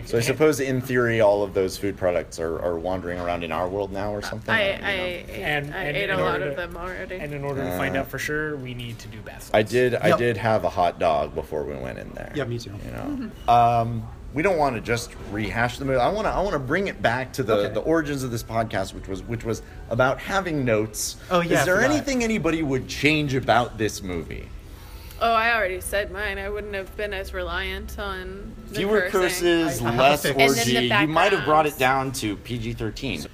S1: So I suppose, in theory, all of those food products are, are wandering around in our world now, or something.
S4: I, I,
S1: don't know.
S4: ate-
S3: And-
S4: I
S3: and
S4: ate a
S3: in
S4: lot
S3: order
S4: of
S3: to-
S4: them already.
S3: And in order to find out for sure, we need to do bath.
S1: Uh. I did. I
S2: Yep.
S1: did have a hot dog before we went in there.
S2: Yeah, me too.
S1: You know,
S4: Mm-hmm.
S1: um, we don't want to just rehash the movie. I want to. I want to bring it back to the,
S2: Okay.
S1: the origins of this podcast, which was which was about having notes.
S2: Oh, yeah,
S1: Is
S2: I
S1: there
S2: forgot.
S1: anything anybody would change about this movie?
S4: oh, I already said mine. I wouldn't have been as reliant on the
S1: Fewer
S4: cursing.
S1: curses,
S2: I- I
S1: less
S2: have a
S4: fix.
S1: orgy.
S4: And then the
S1: you might have brought it
S4: backgrounds.
S1: down to PG thirteen.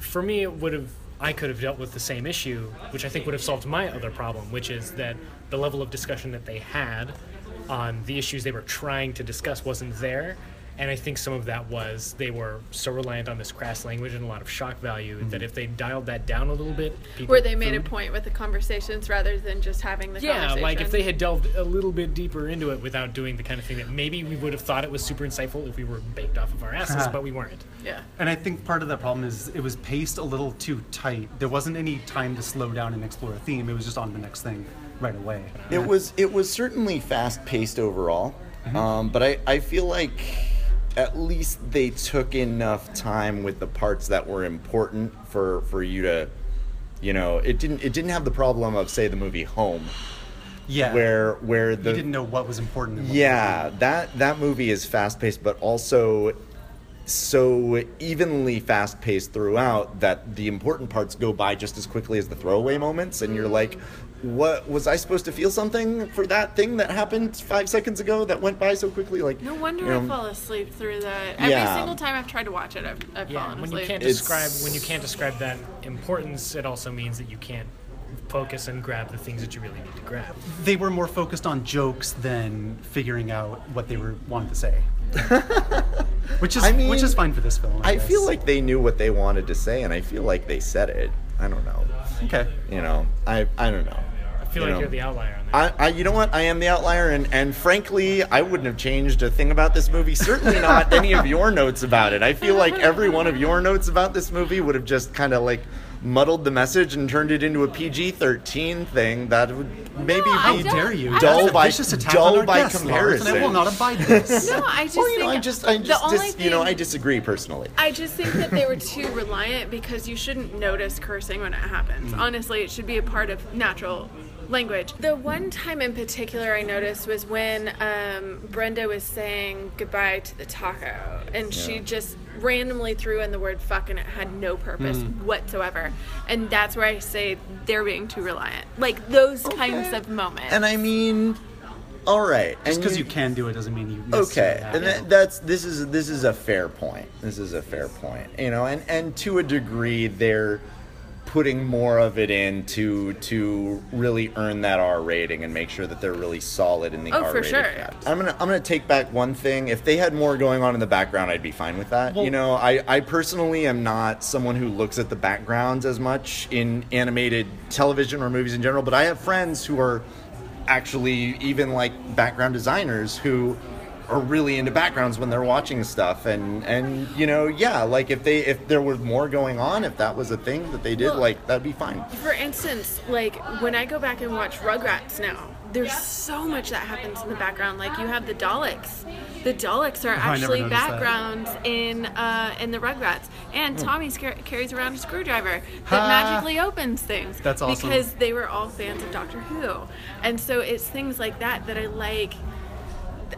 S3: for me it would have I could have dealt with the same issue, which I think would have solved my other problem, which is that the level of discussion that they had on the issues they were trying to discuss wasn't there. And I think some of that was they were so reliant on this crass language and a lot of shock value that if they dialed that down a little bit, people,
S4: Where they made a
S3: food-
S4: point with the conversations rather than just having the
S3: yeah,
S4: conversation.
S3: like if they had delved a little bit deeper into it without doing the kind of thing that maybe we would have thought it was super insightful if we were baked off of our asses, but we weren't.
S4: Yeah.
S2: And I think part of the problem is it was paced a little too tight. There wasn't any time to slow down and explore a theme. It was just on the next thing right away.
S1: It was it was certainly fast paced overall,
S2: Mm-hmm.
S1: um, but I, I feel like at least they took enough time with the parts that were important for for you to, you know, it didn't it didn't have the problem of say the movie Home
S2: Yeah,
S1: where where
S2: you didn't
S1: the
S2: know what was important. And what
S1: yeah that that movie is fast paced but also so evenly fast paced throughout that the important parts go by just as quickly as the throwaway moments, and you're like, what was I supposed to feel something for that thing that happened five seconds ago that went by so quickly? Like
S4: No wonder
S1: you
S4: I
S1: know,
S4: fall asleep through that. Every
S1: Um, Yeah.
S4: single time I've tried to watch it, I've, I've
S3: Yeah,
S4: fallen
S3: when you
S4: asleep.
S3: can't
S1: It's-
S3: describe when you can't describe that importance, it also means that you can't focus and grab the things that you really need to grab.
S2: They were more focused on jokes than figuring out what they were wanting to say. which is
S1: I mean,
S2: which is fine for this film. I,
S1: I feel
S2: guess.
S1: like they knew what they wanted to say, and I feel like they said it. I don't know.
S2: okay.
S1: You know, I I don't know.
S3: I feel
S1: You
S3: like
S1: know.
S3: you're the outlier on that.
S1: I, I, you know what? I am the outlier, and, and frankly, I wouldn't have changed a thing about this movie. Certainly not any of your notes about it. I feel like every one of your notes about this movie would have just kind of like muddled the message and turned it into a PG 13 thing that would maybe
S4: No, I
S1: be
S2: How
S4: don't-
S2: dare you?
S4: I
S1: Dull
S2: That's a
S1: by-
S2: vicious attack
S1: dull
S2: on our
S1: by
S2: guests, Lawrence, and I will
S1: comparison.
S2: not abide this.
S4: No, I just
S1: Well, you know,
S4: think
S1: I just, I
S4: the
S1: just,
S4: only
S1: dis- you know, I
S4: thing-
S1: disagree personally.
S4: I just think that they were too reliant because you shouldn't notice cursing when it
S1: Mm.
S4: happens. Honestly, it should be a part of natural language. The one time in particular I noticed was when um, Brenda was saying goodbye to the taco, and she
S1: Yeah.
S4: just randomly threw in the word fuck, and it had no purpose
S1: Mm.
S4: whatsoever. And that's where I say they're being too reliant. Like those kinds of moments.
S1: And I mean, all right.
S2: Just
S1: and
S2: because you can do it doesn't mean you. necessarily
S1: okay
S2: have
S1: and
S2: to.
S1: that, that's this is this is a fair point this is a fair point you know and and to a degree they're putting more of it in to to really earn that R rating and make sure that they're really solid in the
S4: Oh,
S1: R
S4: for
S1: rating.
S4: sure.
S1: I'm gonna I'm gonna take back one thing. If they had more going on in the background, I'd be fine with that.
S2: Well-
S1: you know, I, I personally am not someone who looks at the backgrounds as much in animated television or movies in general, but I have friends who are actually even like background designers who are really into backgrounds when they're watching stuff and and you know yeah like if they if there was more going on if that was a thing that they did
S4: Well-
S1: like that'd be fine
S4: For instance, like when I go back and watch Rugrats now, there's so much that happens in the background. Like you have the Daleks. The Daleks are
S2: Oh, I never
S4: actually
S2: noticed that. Hmm.
S4: backgrounds in uh, in the Rugrats, and Tommy scar- carries around a screwdriver that
S2: Ha.
S4: magically opens things.
S2: That's awesome.
S4: Because they were all fans of Doctor Who, and so it's things like that that I like.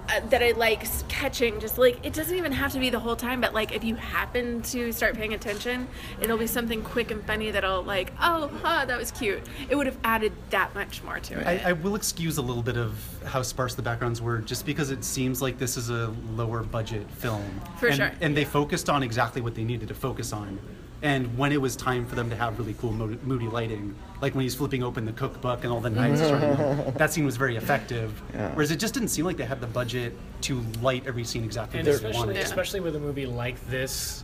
S4: uh, That I like s- catching, just like it doesn't even have to be the whole time, but like if you happen to start paying attention, it'll be something quick and funny that'll like, oh, huh, that was cute. It would have added that much more to it.
S2: I, I will excuse a little bit of how sparse the backgrounds were, just because it seems like this is a lower budget film.
S4: For
S2: and,
S4: sure.
S2: And they focused on exactly what they needed to focus on. And when it was time for them to have really cool, mo- moody lighting, like when he's flipping open the cookbook and all the knives, turn, that scene was very effective. Whereas it just didn't seem like they had the budget to light every scene exactly
S3: and
S2: as they
S3: especially
S2: wanted.
S4: yeah.
S3: especially with a movie like this,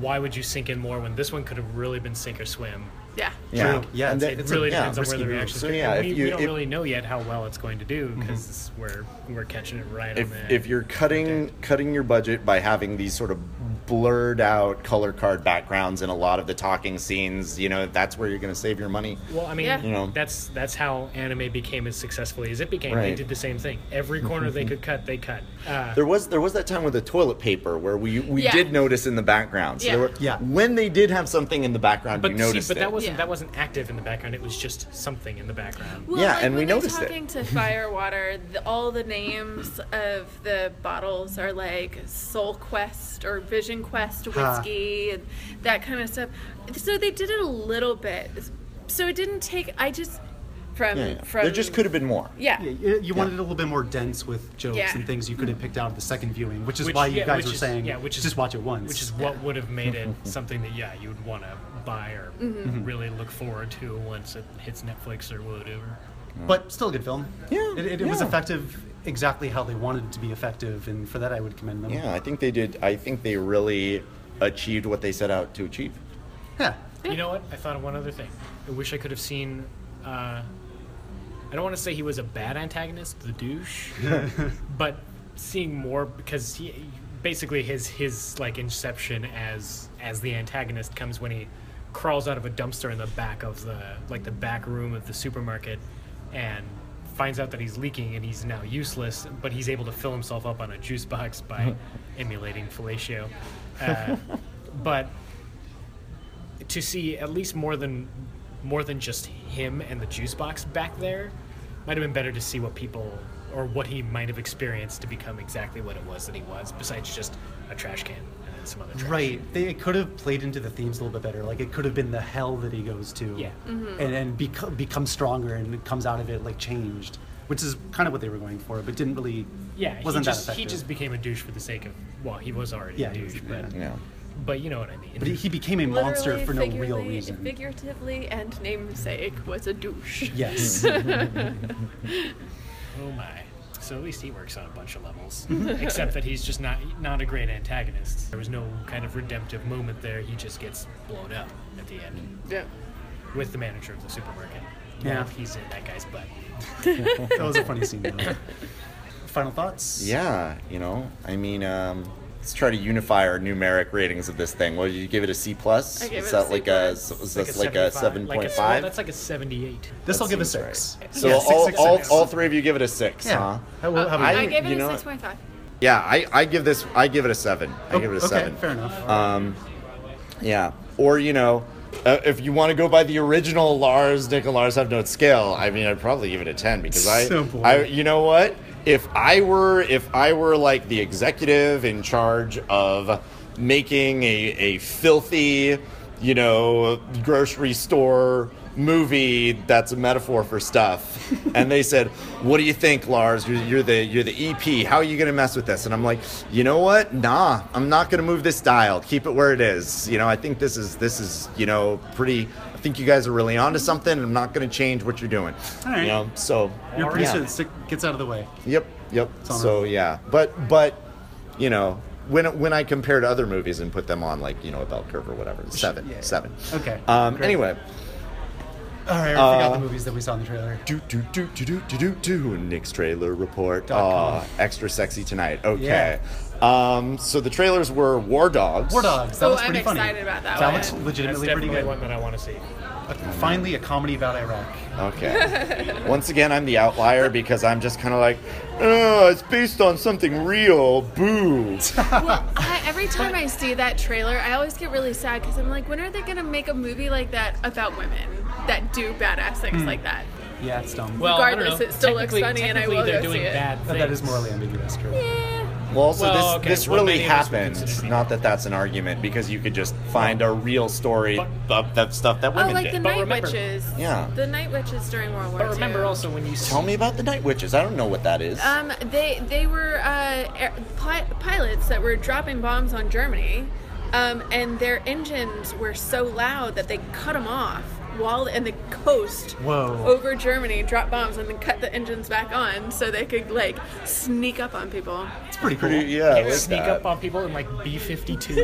S3: why would you sink in more when this one could have really been sink or swim?
S4: yeah.
S1: yeah
S2: True. Yeah,
S1: And
S2: it's-
S1: that-
S3: It
S2: it's
S3: really
S1: yeah,
S3: depends on where
S2: risky
S3: the
S2: move.
S3: reaction's
S1: So,
S3: going.
S1: yeah,
S3: and
S1: if
S3: we,
S1: you-
S3: we don't
S1: if- Mm-hmm.
S3: really know yet how well it's going to do because we're we're catching it right
S1: if,
S3: on the
S1: if you're cutting cutting your budget by having these sort of blurred out color card backgrounds in a lot of the talking scenes, you know that's where you're going to save your money.
S3: Well, I mean,
S4: Yeah. You
S1: know.
S3: that's that's how anime became as successfully as it became. They
S1: Right.
S3: did the same thing. Every corner
S2: Mm-hmm.
S3: they could cut, they cut. Uh,
S1: There was there was that time with the toilet paper where we we
S4: Yeah.
S1: did notice in the background. So there
S4: Yeah.
S1: were,
S2: Yeah.
S1: When they did have something in the background,
S3: but
S1: you
S3: see,
S1: noticed
S3: but that
S1: it.
S3: wasn't
S4: Yeah.
S3: that wasn't active in the background. It was just something in the background.
S4: Well,
S1: Yeah,
S4: like
S1: and we
S4: when they're
S1: noticed it.
S4: talking to Firewater, the, all the names of the bottles are like Soul Quest or Vision Quest whiskey and that kind of stuff. So they did it a little bit. So it didn't take. I just from
S1: Yeah, yeah.
S4: from
S1: there just could have been more.
S4: yeah.
S2: Yeah, you, you wanted it a little bit more dense with jokes
S4: Yeah.
S2: and things you could have picked out of the second viewing, which is
S3: Which-
S2: why you
S3: yeah,
S2: guys
S3: which
S2: were
S3: is-
S2: saying,
S3: yeah, which is-
S2: just watch it once.
S3: Which is what would have made it something that yeah you would want to buy or
S1: Mm-hmm.
S3: really look forward to once it hits Netflix or whatever.
S2: but still a good film.
S1: Yeah,
S2: it, it, it was
S1: yeah.
S2: effective exactly how they wanted it to be effective, and for that I would commend them.
S1: Yeah, I think they did. I think they really achieved what they set out to achieve.
S2: yeah.
S3: You know what? I thought of one other thing. I wish I could have seen. Uh, I don't want to say he was a bad antagonist, the douche, but seeing more because he basically his his like inception as as the antagonist comes when he crawls out of a dumpster in the back of the like the back room of the supermarket and finds out that he's leaking and he's now useless but he's able to fill himself up on a juice box by emulating fellatio uh, but to see at least more than more than just him and the juice box back there might have been better to see what people or what he might have experienced to become exactly what it was that he was, besides just a trash can and some other trash.
S2: Right. They it could have played into the themes a little bit better. Like it could have been the hell that he goes to.
S3: Yeah.
S4: Mm-hmm.
S2: And and beco- becomes stronger and comes out of it like changed, which is kind of what they were going for, but didn't really.
S3: Yeah,
S2: Wasn't
S3: he
S2: that
S3: just, he
S2: effective.
S3: just became a douche for the sake of well, he was already
S2: Yeah,
S3: a
S2: he was-
S3: douche,
S2: yeah.
S3: but
S1: Yeah.
S3: but you know what I mean.
S2: But he became a monster for no real
S4: figuratively-
S2: reason.
S4: Figuratively and namesake was a douche.
S2: Yes.
S3: Oh my. So at least he works on a bunch of levels. Except that he's just not not a great antagonist. There was no kind of redemptive moment there. He just gets blown up at the end
S4: Yeah.
S3: with the manager of the supermarket.
S2: Yeah.
S3: Well, he's in that guy's butt.
S2: that was a funny scene though. Final thoughts?
S1: Yeah, you know, I mean, um, let's try to unify our numeric ratings of this thing. Well, did you give it a C plus?
S4: I gave
S1: is
S4: it a
S1: that
S4: C
S1: like
S4: plus.
S1: a is that like a
S3: 75.
S1: seven
S3: Like
S1: point
S3: a-
S1: five?
S3: That's like a 78.
S2: This will give a
S1: seems right.
S2: six.
S1: So
S2: Yeah, six,
S1: all,
S2: six,
S1: all,
S2: six.
S1: all three of you give it a six,
S2: Yeah.
S1: huh?
S2: How- how about
S4: Uh, I,
S2: you?
S1: I-
S4: gave it
S1: you
S4: a
S1: know what?
S4: 6.5.
S1: Yeah, I, I give this I give it a seven. I give it a
S2: Oh, okay,
S1: seven. Um,
S2: Fair enough.
S1: Yeah, or you know, uh, if you want to go by the original Lars Nicolars Have Note scale, I mean, I'd probably give it a ten because I,
S2: So boring.
S1: I, you know what? If I were, if I were like the executive in charge of making a, a filthy, you know, grocery store movie that's a metaphor for stuff, and they said, "What do you think, Lars? You're, you're the you're the EP. How are you gonna mess with this?" And I'm like, "You know what? Nah, I'm not gonna move this dial. Keep it where it is. You know, I think this is this is you know pretty. I think you guys are really onto something. and I'm not gonna change what you're doing.
S2: All right.
S1: You know, so
S2: Your
S1: yeah.
S2: producer stick gets out of the way.
S1: Yep, yep.
S2: on
S1: So yeah, but but you know when when I compare to other movies and put them on like you know a bell curve or whatever, seven,
S2: yeah.
S1: seven.
S2: Okay,
S1: Um,
S2: great.
S1: anyway.
S2: All right, I forgot
S1: Uh,
S2: the movies that we saw in the trailer.
S1: Do do do do do do do do. Nick's trailer report.
S2: com.
S1: Ah, extra sexy tonight. Okay. Um, so the trailers were War Dogs.
S2: War Dogs. That
S4: Oh,
S2: looks
S4: I'm
S2: pretty funny.
S4: excited about that
S2: That
S4: one.
S2: looks
S3: That's
S2: legitimately pretty
S3: definitely
S2: good.
S3: one that I want to see.
S2: Uh, Finally, a comedy about Iraq.
S1: Okay. Once again, I'm the outlier because I'm just kind of like, oh, it's based on something real. Boo.
S4: well, I, every time I see that trailer, I always get really sad because I'm like, when are they going to make a movie like that about women that do badass things
S2: Hmm.
S4: like that?
S2: Yeah, it's dumb.
S3: Well, I don't
S4: Regardless,
S3: know.
S4: it still looks
S3: Technically-
S4: funny and I
S3: technically
S4: will
S3: they're
S4: go
S3: doing
S4: see it.
S3: bad
S2: But that is
S3: things.
S2: morally ambiguous, true.
S1: Well, also
S3: Well,
S1: this
S3: okay,
S1: this
S3: well,
S1: really
S3: many of us would
S1: happened.
S3: consider it.
S1: Not that that's an argument because you could just find a real story of that stuff that
S4: Oh,
S1: women
S4: like the
S1: did.
S4: Night
S3: remember-
S4: Witches.
S1: Yeah.
S4: The Night Witches during World War
S3: But remember
S4: II.
S3: also when you see
S1: Tell me about the Night Witches. I don't know what that is.
S4: Um, they they were uh, air, pi- pilots that were dropping bombs on Germany, um, and their engines were so loud that they cut them off while and the coast
S2: Whoa.
S4: over Germany dropped bombs and then cut the engines back on so they could like sneak up on people.
S2: It's pretty cool.
S1: Pretty- yeah, I like
S3: sneak
S1: that.
S3: up on people in like B 52.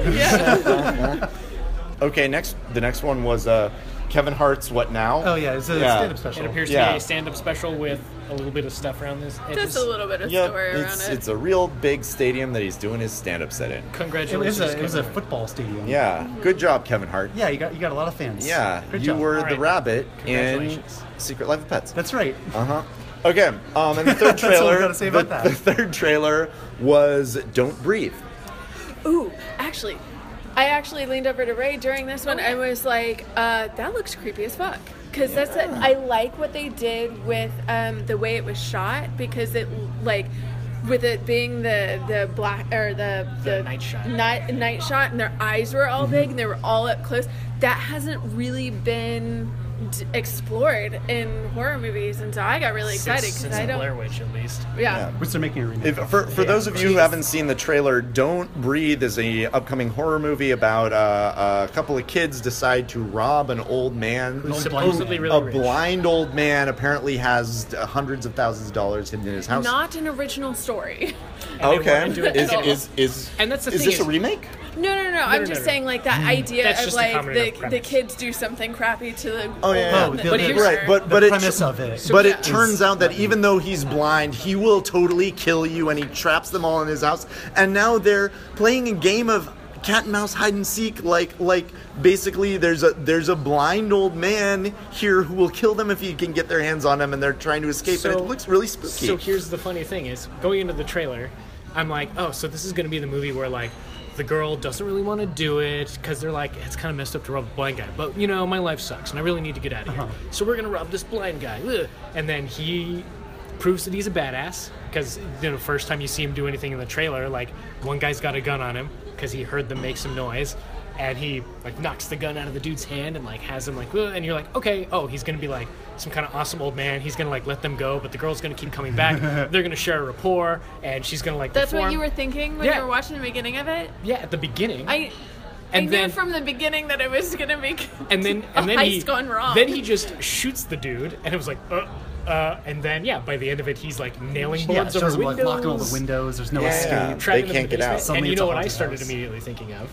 S1: Okay, next the next one was uh, Kevin Hart's What Now?
S2: Oh yeah, it's a
S1: Yeah.
S2: stand-up
S3: It
S2: special.
S3: appears to
S1: Yeah.
S3: be a stand up special with a little bit of stuff around this.
S4: Just a little bit of
S1: Yep,
S4: story around
S1: it's,
S4: it.
S1: it's a real big stadium that he's doing his stand up set in.
S2: It was
S3: Congratulations.
S2: a it was a
S3: Kevin.
S2: football stadium.
S1: Yeah, good job, Kevin Hart.
S2: Yeah, you got you got a lot of fans.
S1: Yeah,
S2: Good
S1: you
S2: job.
S1: were
S3: All
S1: the
S3: right.
S1: rabbit in
S3: Congratulations.
S1: Secret Life of Pets.
S2: That's right.
S1: Uh huh. Okay, um, and the third
S2: That's all we
S1: trailer.
S2: gotta say
S1: the-
S2: about that.
S1: the third trailer was Don't Breathe.
S4: Ooh, actually, I actually leaned over to Ray during this one and was like, uh, "That looks creepy as fuck." Because that's it. I like what they did with um, the way it was shot because it like with it being the the black or the the,
S3: night shot.
S4: night night shot and their eyes were all big and they were all up close. That hasn't really been d- explored in horror movies, and so I got really excited
S3: Since-
S4: because
S3: since
S4: I don't.
S3: Blair Witch, at least.
S1: Yeah.
S4: yeah.
S2: Which they're making a remake.
S1: If, for for those of you who haven't seen the trailer, "Don't Breathe" is a upcoming horror movie about uh, a couple of kids decide to rob an old man.
S2: Who's
S3: Supposedly
S2: man.
S3: really
S1: a
S3: rich.
S1: blind old man apparently has uh, hundreds of thousands of dollars hidden in his house.
S4: Not an original story.
S3: they
S1: okay,
S3: wanna do it
S1: is,
S3: at all.
S1: is is
S3: And that's the
S1: is
S3: thing
S1: this a
S3: is-
S1: remake?
S4: No, no, Mm. no. I'm
S3: no,
S4: just
S3: no.
S4: saying, like, that idea
S3: That's
S4: of,
S3: just a
S4: like,
S3: comedy
S4: the,
S3: of
S4: the
S3: premise.
S4: kids do something crappy to the.
S1: Oh, yeah, yeah.
S2: Oh, the-
S4: but
S2: the-
S4: here's
S1: Right, but
S2: The
S1: but it
S2: premise of it.
S1: but
S4: yeah.
S1: it turns out that even though he's blind, he will totally kill you, and he traps them all in his house. And now they're playing a game of cat and mouse hide and seek. Like like basically, there's a there's a blind old man here who will kill them if he can get their hands on him, and they're trying to escape. and it looks really spooky.
S3: So here's the funny thing is going into the trailer, I'm like, oh, so this is going to be the movie where like the girl doesn't really want to do it because they're like, it's kind of messed up to rob a blind guy, but you know my life sucks and I really need to get out of here, so we're gonna rob this blind guy. Ugh. And then he proves that he's a badass because you know first time you see him do anything in the trailer, like one guy's got a gun on him because he heard them make some noise, and he like knocks the gun out of the dude's hand and like has him like, "Ugh," and you're like, okay, oh, he's gonna be like some kind of awesome old man. He's gonna like let them go, but the girl's gonna keep coming back. They're gonna share a rapport, and she's gonna like.
S4: That's what
S3: reform.
S4: you were thinking when
S3: Yeah.
S4: you were watching the beginning of it.
S3: Yeah, at the beginning.
S4: I.
S3: And
S4: I
S3: then-
S4: knew from the beginning that it was gonna be.
S3: and then
S4: a
S3: and then he
S4: heist gone wrong.
S3: then he just shoots the dude, and it was like, uh, uh, and then yeah, by the end of it, he's like nailing
S2: Yeah,
S3: boards
S2: it
S3: over
S2: shows like
S3: windows,
S2: locking all the windows. There's no
S1: Yeah.
S2: escape.
S3: trapped
S1: They
S3: him in
S1: can't
S3: the
S1: get out.
S3: basement.
S2: Suddenly
S3: And you
S2: it's
S3: know
S2: a
S3: what I
S2: haunted
S3: started
S2: house.
S3: immediately thinking of?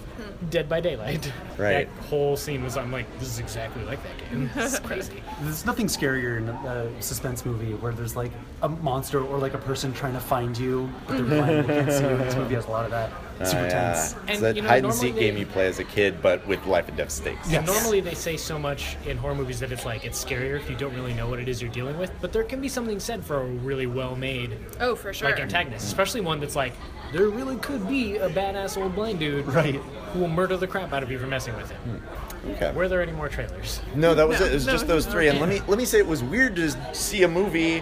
S3: Dead by Daylight.
S1: Right.
S3: That whole scene was. I'm like, this is exactly like that game. This is crazy.
S2: There's nothing scarier in a suspense movie where there's like a monster or like a person trying to find you, but
S1: Mm-hmm.
S2: they're blind and they can't see you. This movie has a lot of that.
S1: Oh,
S2: Super tense.
S1: It's
S3: And,
S1: that
S3: you know,
S1: hide and
S3: normally
S1: seek
S3: they-
S1: game you play as a kid, but with life and death stakes.
S2: Yeah. Yes.
S3: Normally they say so much in horror movies that it's like it's scarier if you don't really know what it is you're dealing with, but there can be something said for a really well-made
S4: oh, for sure.
S3: like antagonist, especially one that's like there really could be a badass old blind dude
S2: Right.
S3: who will murder the crap out of you for messing with him.
S1: Okay.
S3: Were there any more trailers?
S1: No, that was
S4: No,
S1: it. It was
S4: no,
S1: just those
S4: no.
S1: three. And let me let me say it was weird to see a movie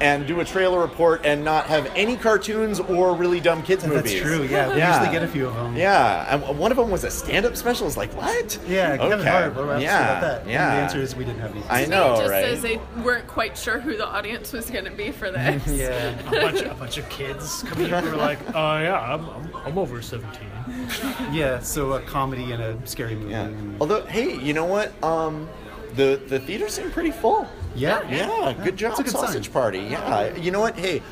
S1: and do a trailer report and not have any cartoons or really dumb kids movies.
S2: That's true. Yeah, we
S1: Yeah.
S2: usually get a few of them.
S1: Yeah, and w- one of them was a stand-up special. It's like what?
S2: Yeah, Kevin
S1: Okay.
S2: Hart. What about,
S1: yeah,
S2: about that?
S1: Yeah.
S2: And the answer is we didn't have any.
S1: I
S4: It
S1: know,
S4: just
S1: right?
S4: says they weren't quite sure who the audience was gonna be for this.
S2: Yeah.
S3: A bunch, a bunch of kids coming in who are like, oh yeah, I'm, I'm, I'm over 17.
S2: Yeah. So a comedy and a scary movie.
S1: Yeah.
S2: and-
S1: Although, hey, you know what? Um, the the theater seemed pretty full.
S2: Yeah.
S1: Yeah, good job,
S2: It's a good
S1: Sausage
S2: sign.
S1: Party. Yeah, you know what? Hey,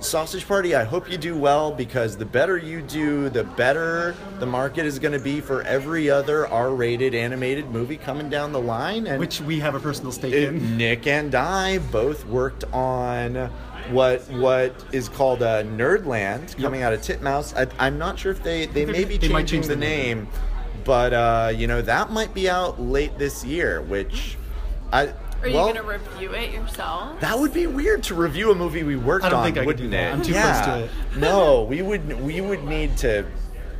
S1: Sausage Party. I hope you do well because the better you do, the better the market is going to be for every other R-rated animated movie coming down the line. And
S2: Which we have a personal stake
S1: it-
S2: in.
S1: Nick and I both worked on what what is called uh, Nerdland coming out of Titmouse. I, I'm not sure if they they may be
S2: They
S1: changing
S2: might change
S1: the,
S2: the
S1: name,
S2: name.
S1: but uh, you know that might be out late this year. Which I
S4: Are you
S1: well,
S4: gonna review it yourself?
S1: that would be weird to review a movie we worked
S2: I don't
S1: on,
S2: think I could do
S1: wouldn't
S2: that.
S1: it?
S2: I'm too
S1: yeah.
S2: close to
S1: no, we would we would need to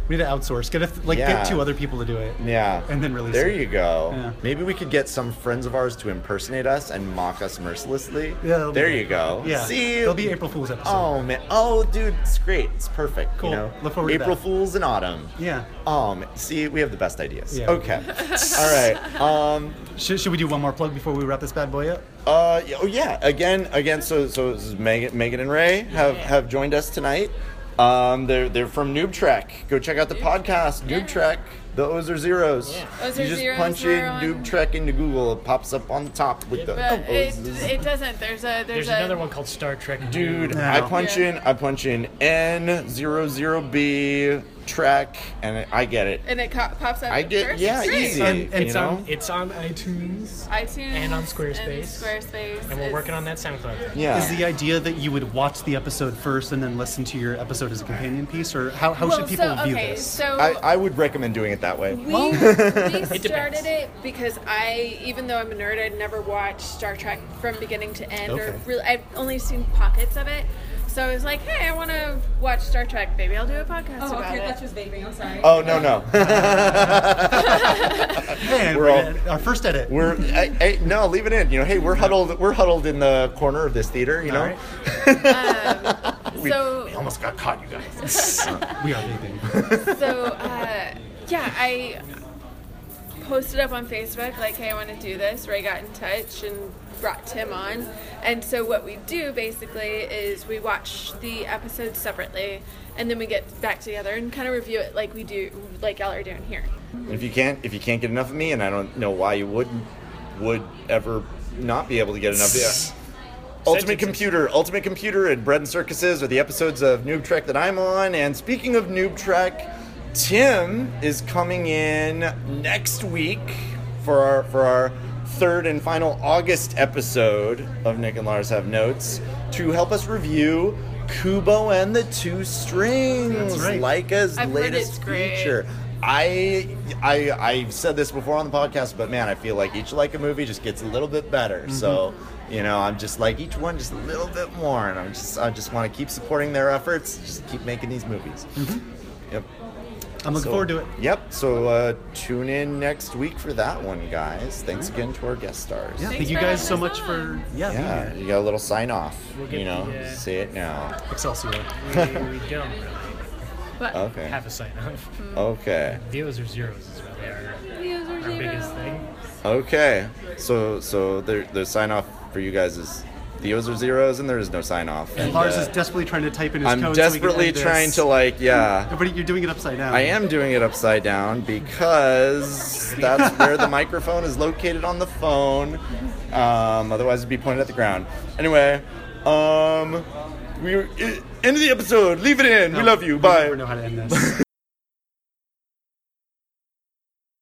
S2: We need to outsource. Get a, like
S1: Yeah.
S2: get two other people to do it.
S1: yeah.
S2: And then release
S1: There
S2: it.
S1: you go.
S2: Yeah.
S1: Maybe we could get some friends of ours to impersonate us and mock us mercilessly.
S2: Yeah, that'll be
S1: there
S2: good.
S1: you go.
S2: Yeah.
S1: See,
S2: It'll be April Fool's episode.
S1: Oh man. Oh dude, it's great. It's perfect.
S2: Cool.
S1: You know?
S2: Look forward to
S1: April
S2: that.
S1: Fools in autumn.
S2: Yeah.
S1: Um. See, we have the best ideas.
S2: Yeah, we
S1: okay. All right. Um.
S2: Should, should we do one more plug before we wrap this bad boy up?
S1: Uh. y- Oh yeah. Again. Again. So so this is Megan, Megan and Ray have have joined us tonight. Um. They're they're from Noob Trek. Go check out the podcast Noob Trek. The O's are zeros.
S4: O's
S1: you
S4: are
S1: just
S4: zeros,
S1: punch in
S4: we're on-
S1: Noob Trek into Google. It pops up on top with the.
S4: But it,
S1: O's are zeros.
S4: it doesn't. There's a there's,
S3: There's
S4: a,
S3: another one called Star Trek.
S1: Dude,
S2: No.
S1: I punch
S4: Yeah.
S1: in, I punch in N00B track, and I get it.
S4: and it co- pops up.
S1: I
S4: at
S1: get
S4: first.
S1: yeah,
S4: It's great.
S1: easy.
S2: And- and
S1: you
S2: some-
S1: know?
S3: It's on iTunes,
S4: iTunes
S3: And on
S4: and
S3: Squarespace.
S4: Squarespace.
S3: and we're
S4: is-
S3: working on that SoundCloud. thing.
S1: yeah.
S2: Is the idea that you would watch the episode first and then listen to your episode as a companion piece, or how, how
S4: Well,
S2: should people
S4: so,
S2: view
S4: okay,
S2: this?
S4: So
S1: I, I would recommend doing it that way.
S4: We, we
S3: depends.
S4: started it because I, even though I'm a nerd, I'd never watched Star Trek from beginning to end,
S1: Okay.
S4: or really, I've only seen pockets of it. So I was like, hey, I want to watch Star Trek. Maybe I'll do a podcast
S6: Oh,
S4: about
S6: okay,
S4: it.
S6: that's just vaping. I'm sorry.
S1: Oh no no,
S2: Man,
S1: we're
S2: we're
S1: all-
S2: at our first edit.
S1: we're I, I, no leave it in. You know, hey, we're huddled, we're huddled in the corner of this theater. You know,
S2: All right.
S1: we,
S4: so-
S1: we almost got caught, you guys.
S2: We are vaping.
S4: so uh, yeah, I posted up on Facebook like, "Hey, I want to do this." Ray got in touch and brought Tim on, and so what we do basically is we watch the episodes separately, and then we get back together and kind of review it like we do, like y'all are doing here.
S1: if you can't, if you can't get enough of me, and I don't know why you wouldn't, would ever not be able to get enough of you. Ultimate Computer, Ultimate Computer, and Bread and Circuses are the episodes of Noob Trek that I'm on. And speaking of Noob Trek, Tim is coming in next week for our for our third and final August episode of Nick and Lars Have Notes to help us review Kubo and the Two Strings,
S2: That's right.
S1: Laika's
S4: I've heard it's
S1: latest
S4: great.
S1: feature. I I I've said this before on the podcast, but man, I feel like each Leica movie just gets a little bit better. So you know, I'm just like each one just a little bit more, and I'm just I just want to keep supporting their efforts, just keep making these movies. Yep.
S2: I'm looking
S1: So-
S2: forward to it.
S1: Yep. So uh, tune in next week for that one, guys. Thanks again to our guest stars.
S2: Yeah,
S1: Yeah.
S2: thank you
S4: for
S2: guys
S4: having
S2: so
S4: us
S2: much
S4: on.
S2: for yeah, being here.
S1: you got a little sign off.
S3: We'll get
S1: you know,
S3: the, uh,
S1: say it now.
S2: Excelsior.
S3: we, we don't really
S4: But
S1: Okay.
S3: have a sign off.
S1: Okay.
S3: Deals or zeros is really our,
S4: These are
S3: our biggest
S4: zero.
S3: thing.
S1: Okay. So so the the sign off for you guys is theos are zeros, and there is no sign off. And,
S2: Lars
S1: uh,
S2: is desperately trying to type in his
S1: I'm
S2: code.
S1: desperately
S2: so we can end
S1: trying
S2: this.
S1: to like yeah.
S2: Everybody, you're doing it upside down.
S1: I am doing it upside down because that's where the microphone is located on the phone. Um, otherwise, it'd be pointed at the ground. Anyway, um, we end of the episode. Leave it in. We love you.
S2: We
S1: Bye.
S2: never know how to end this.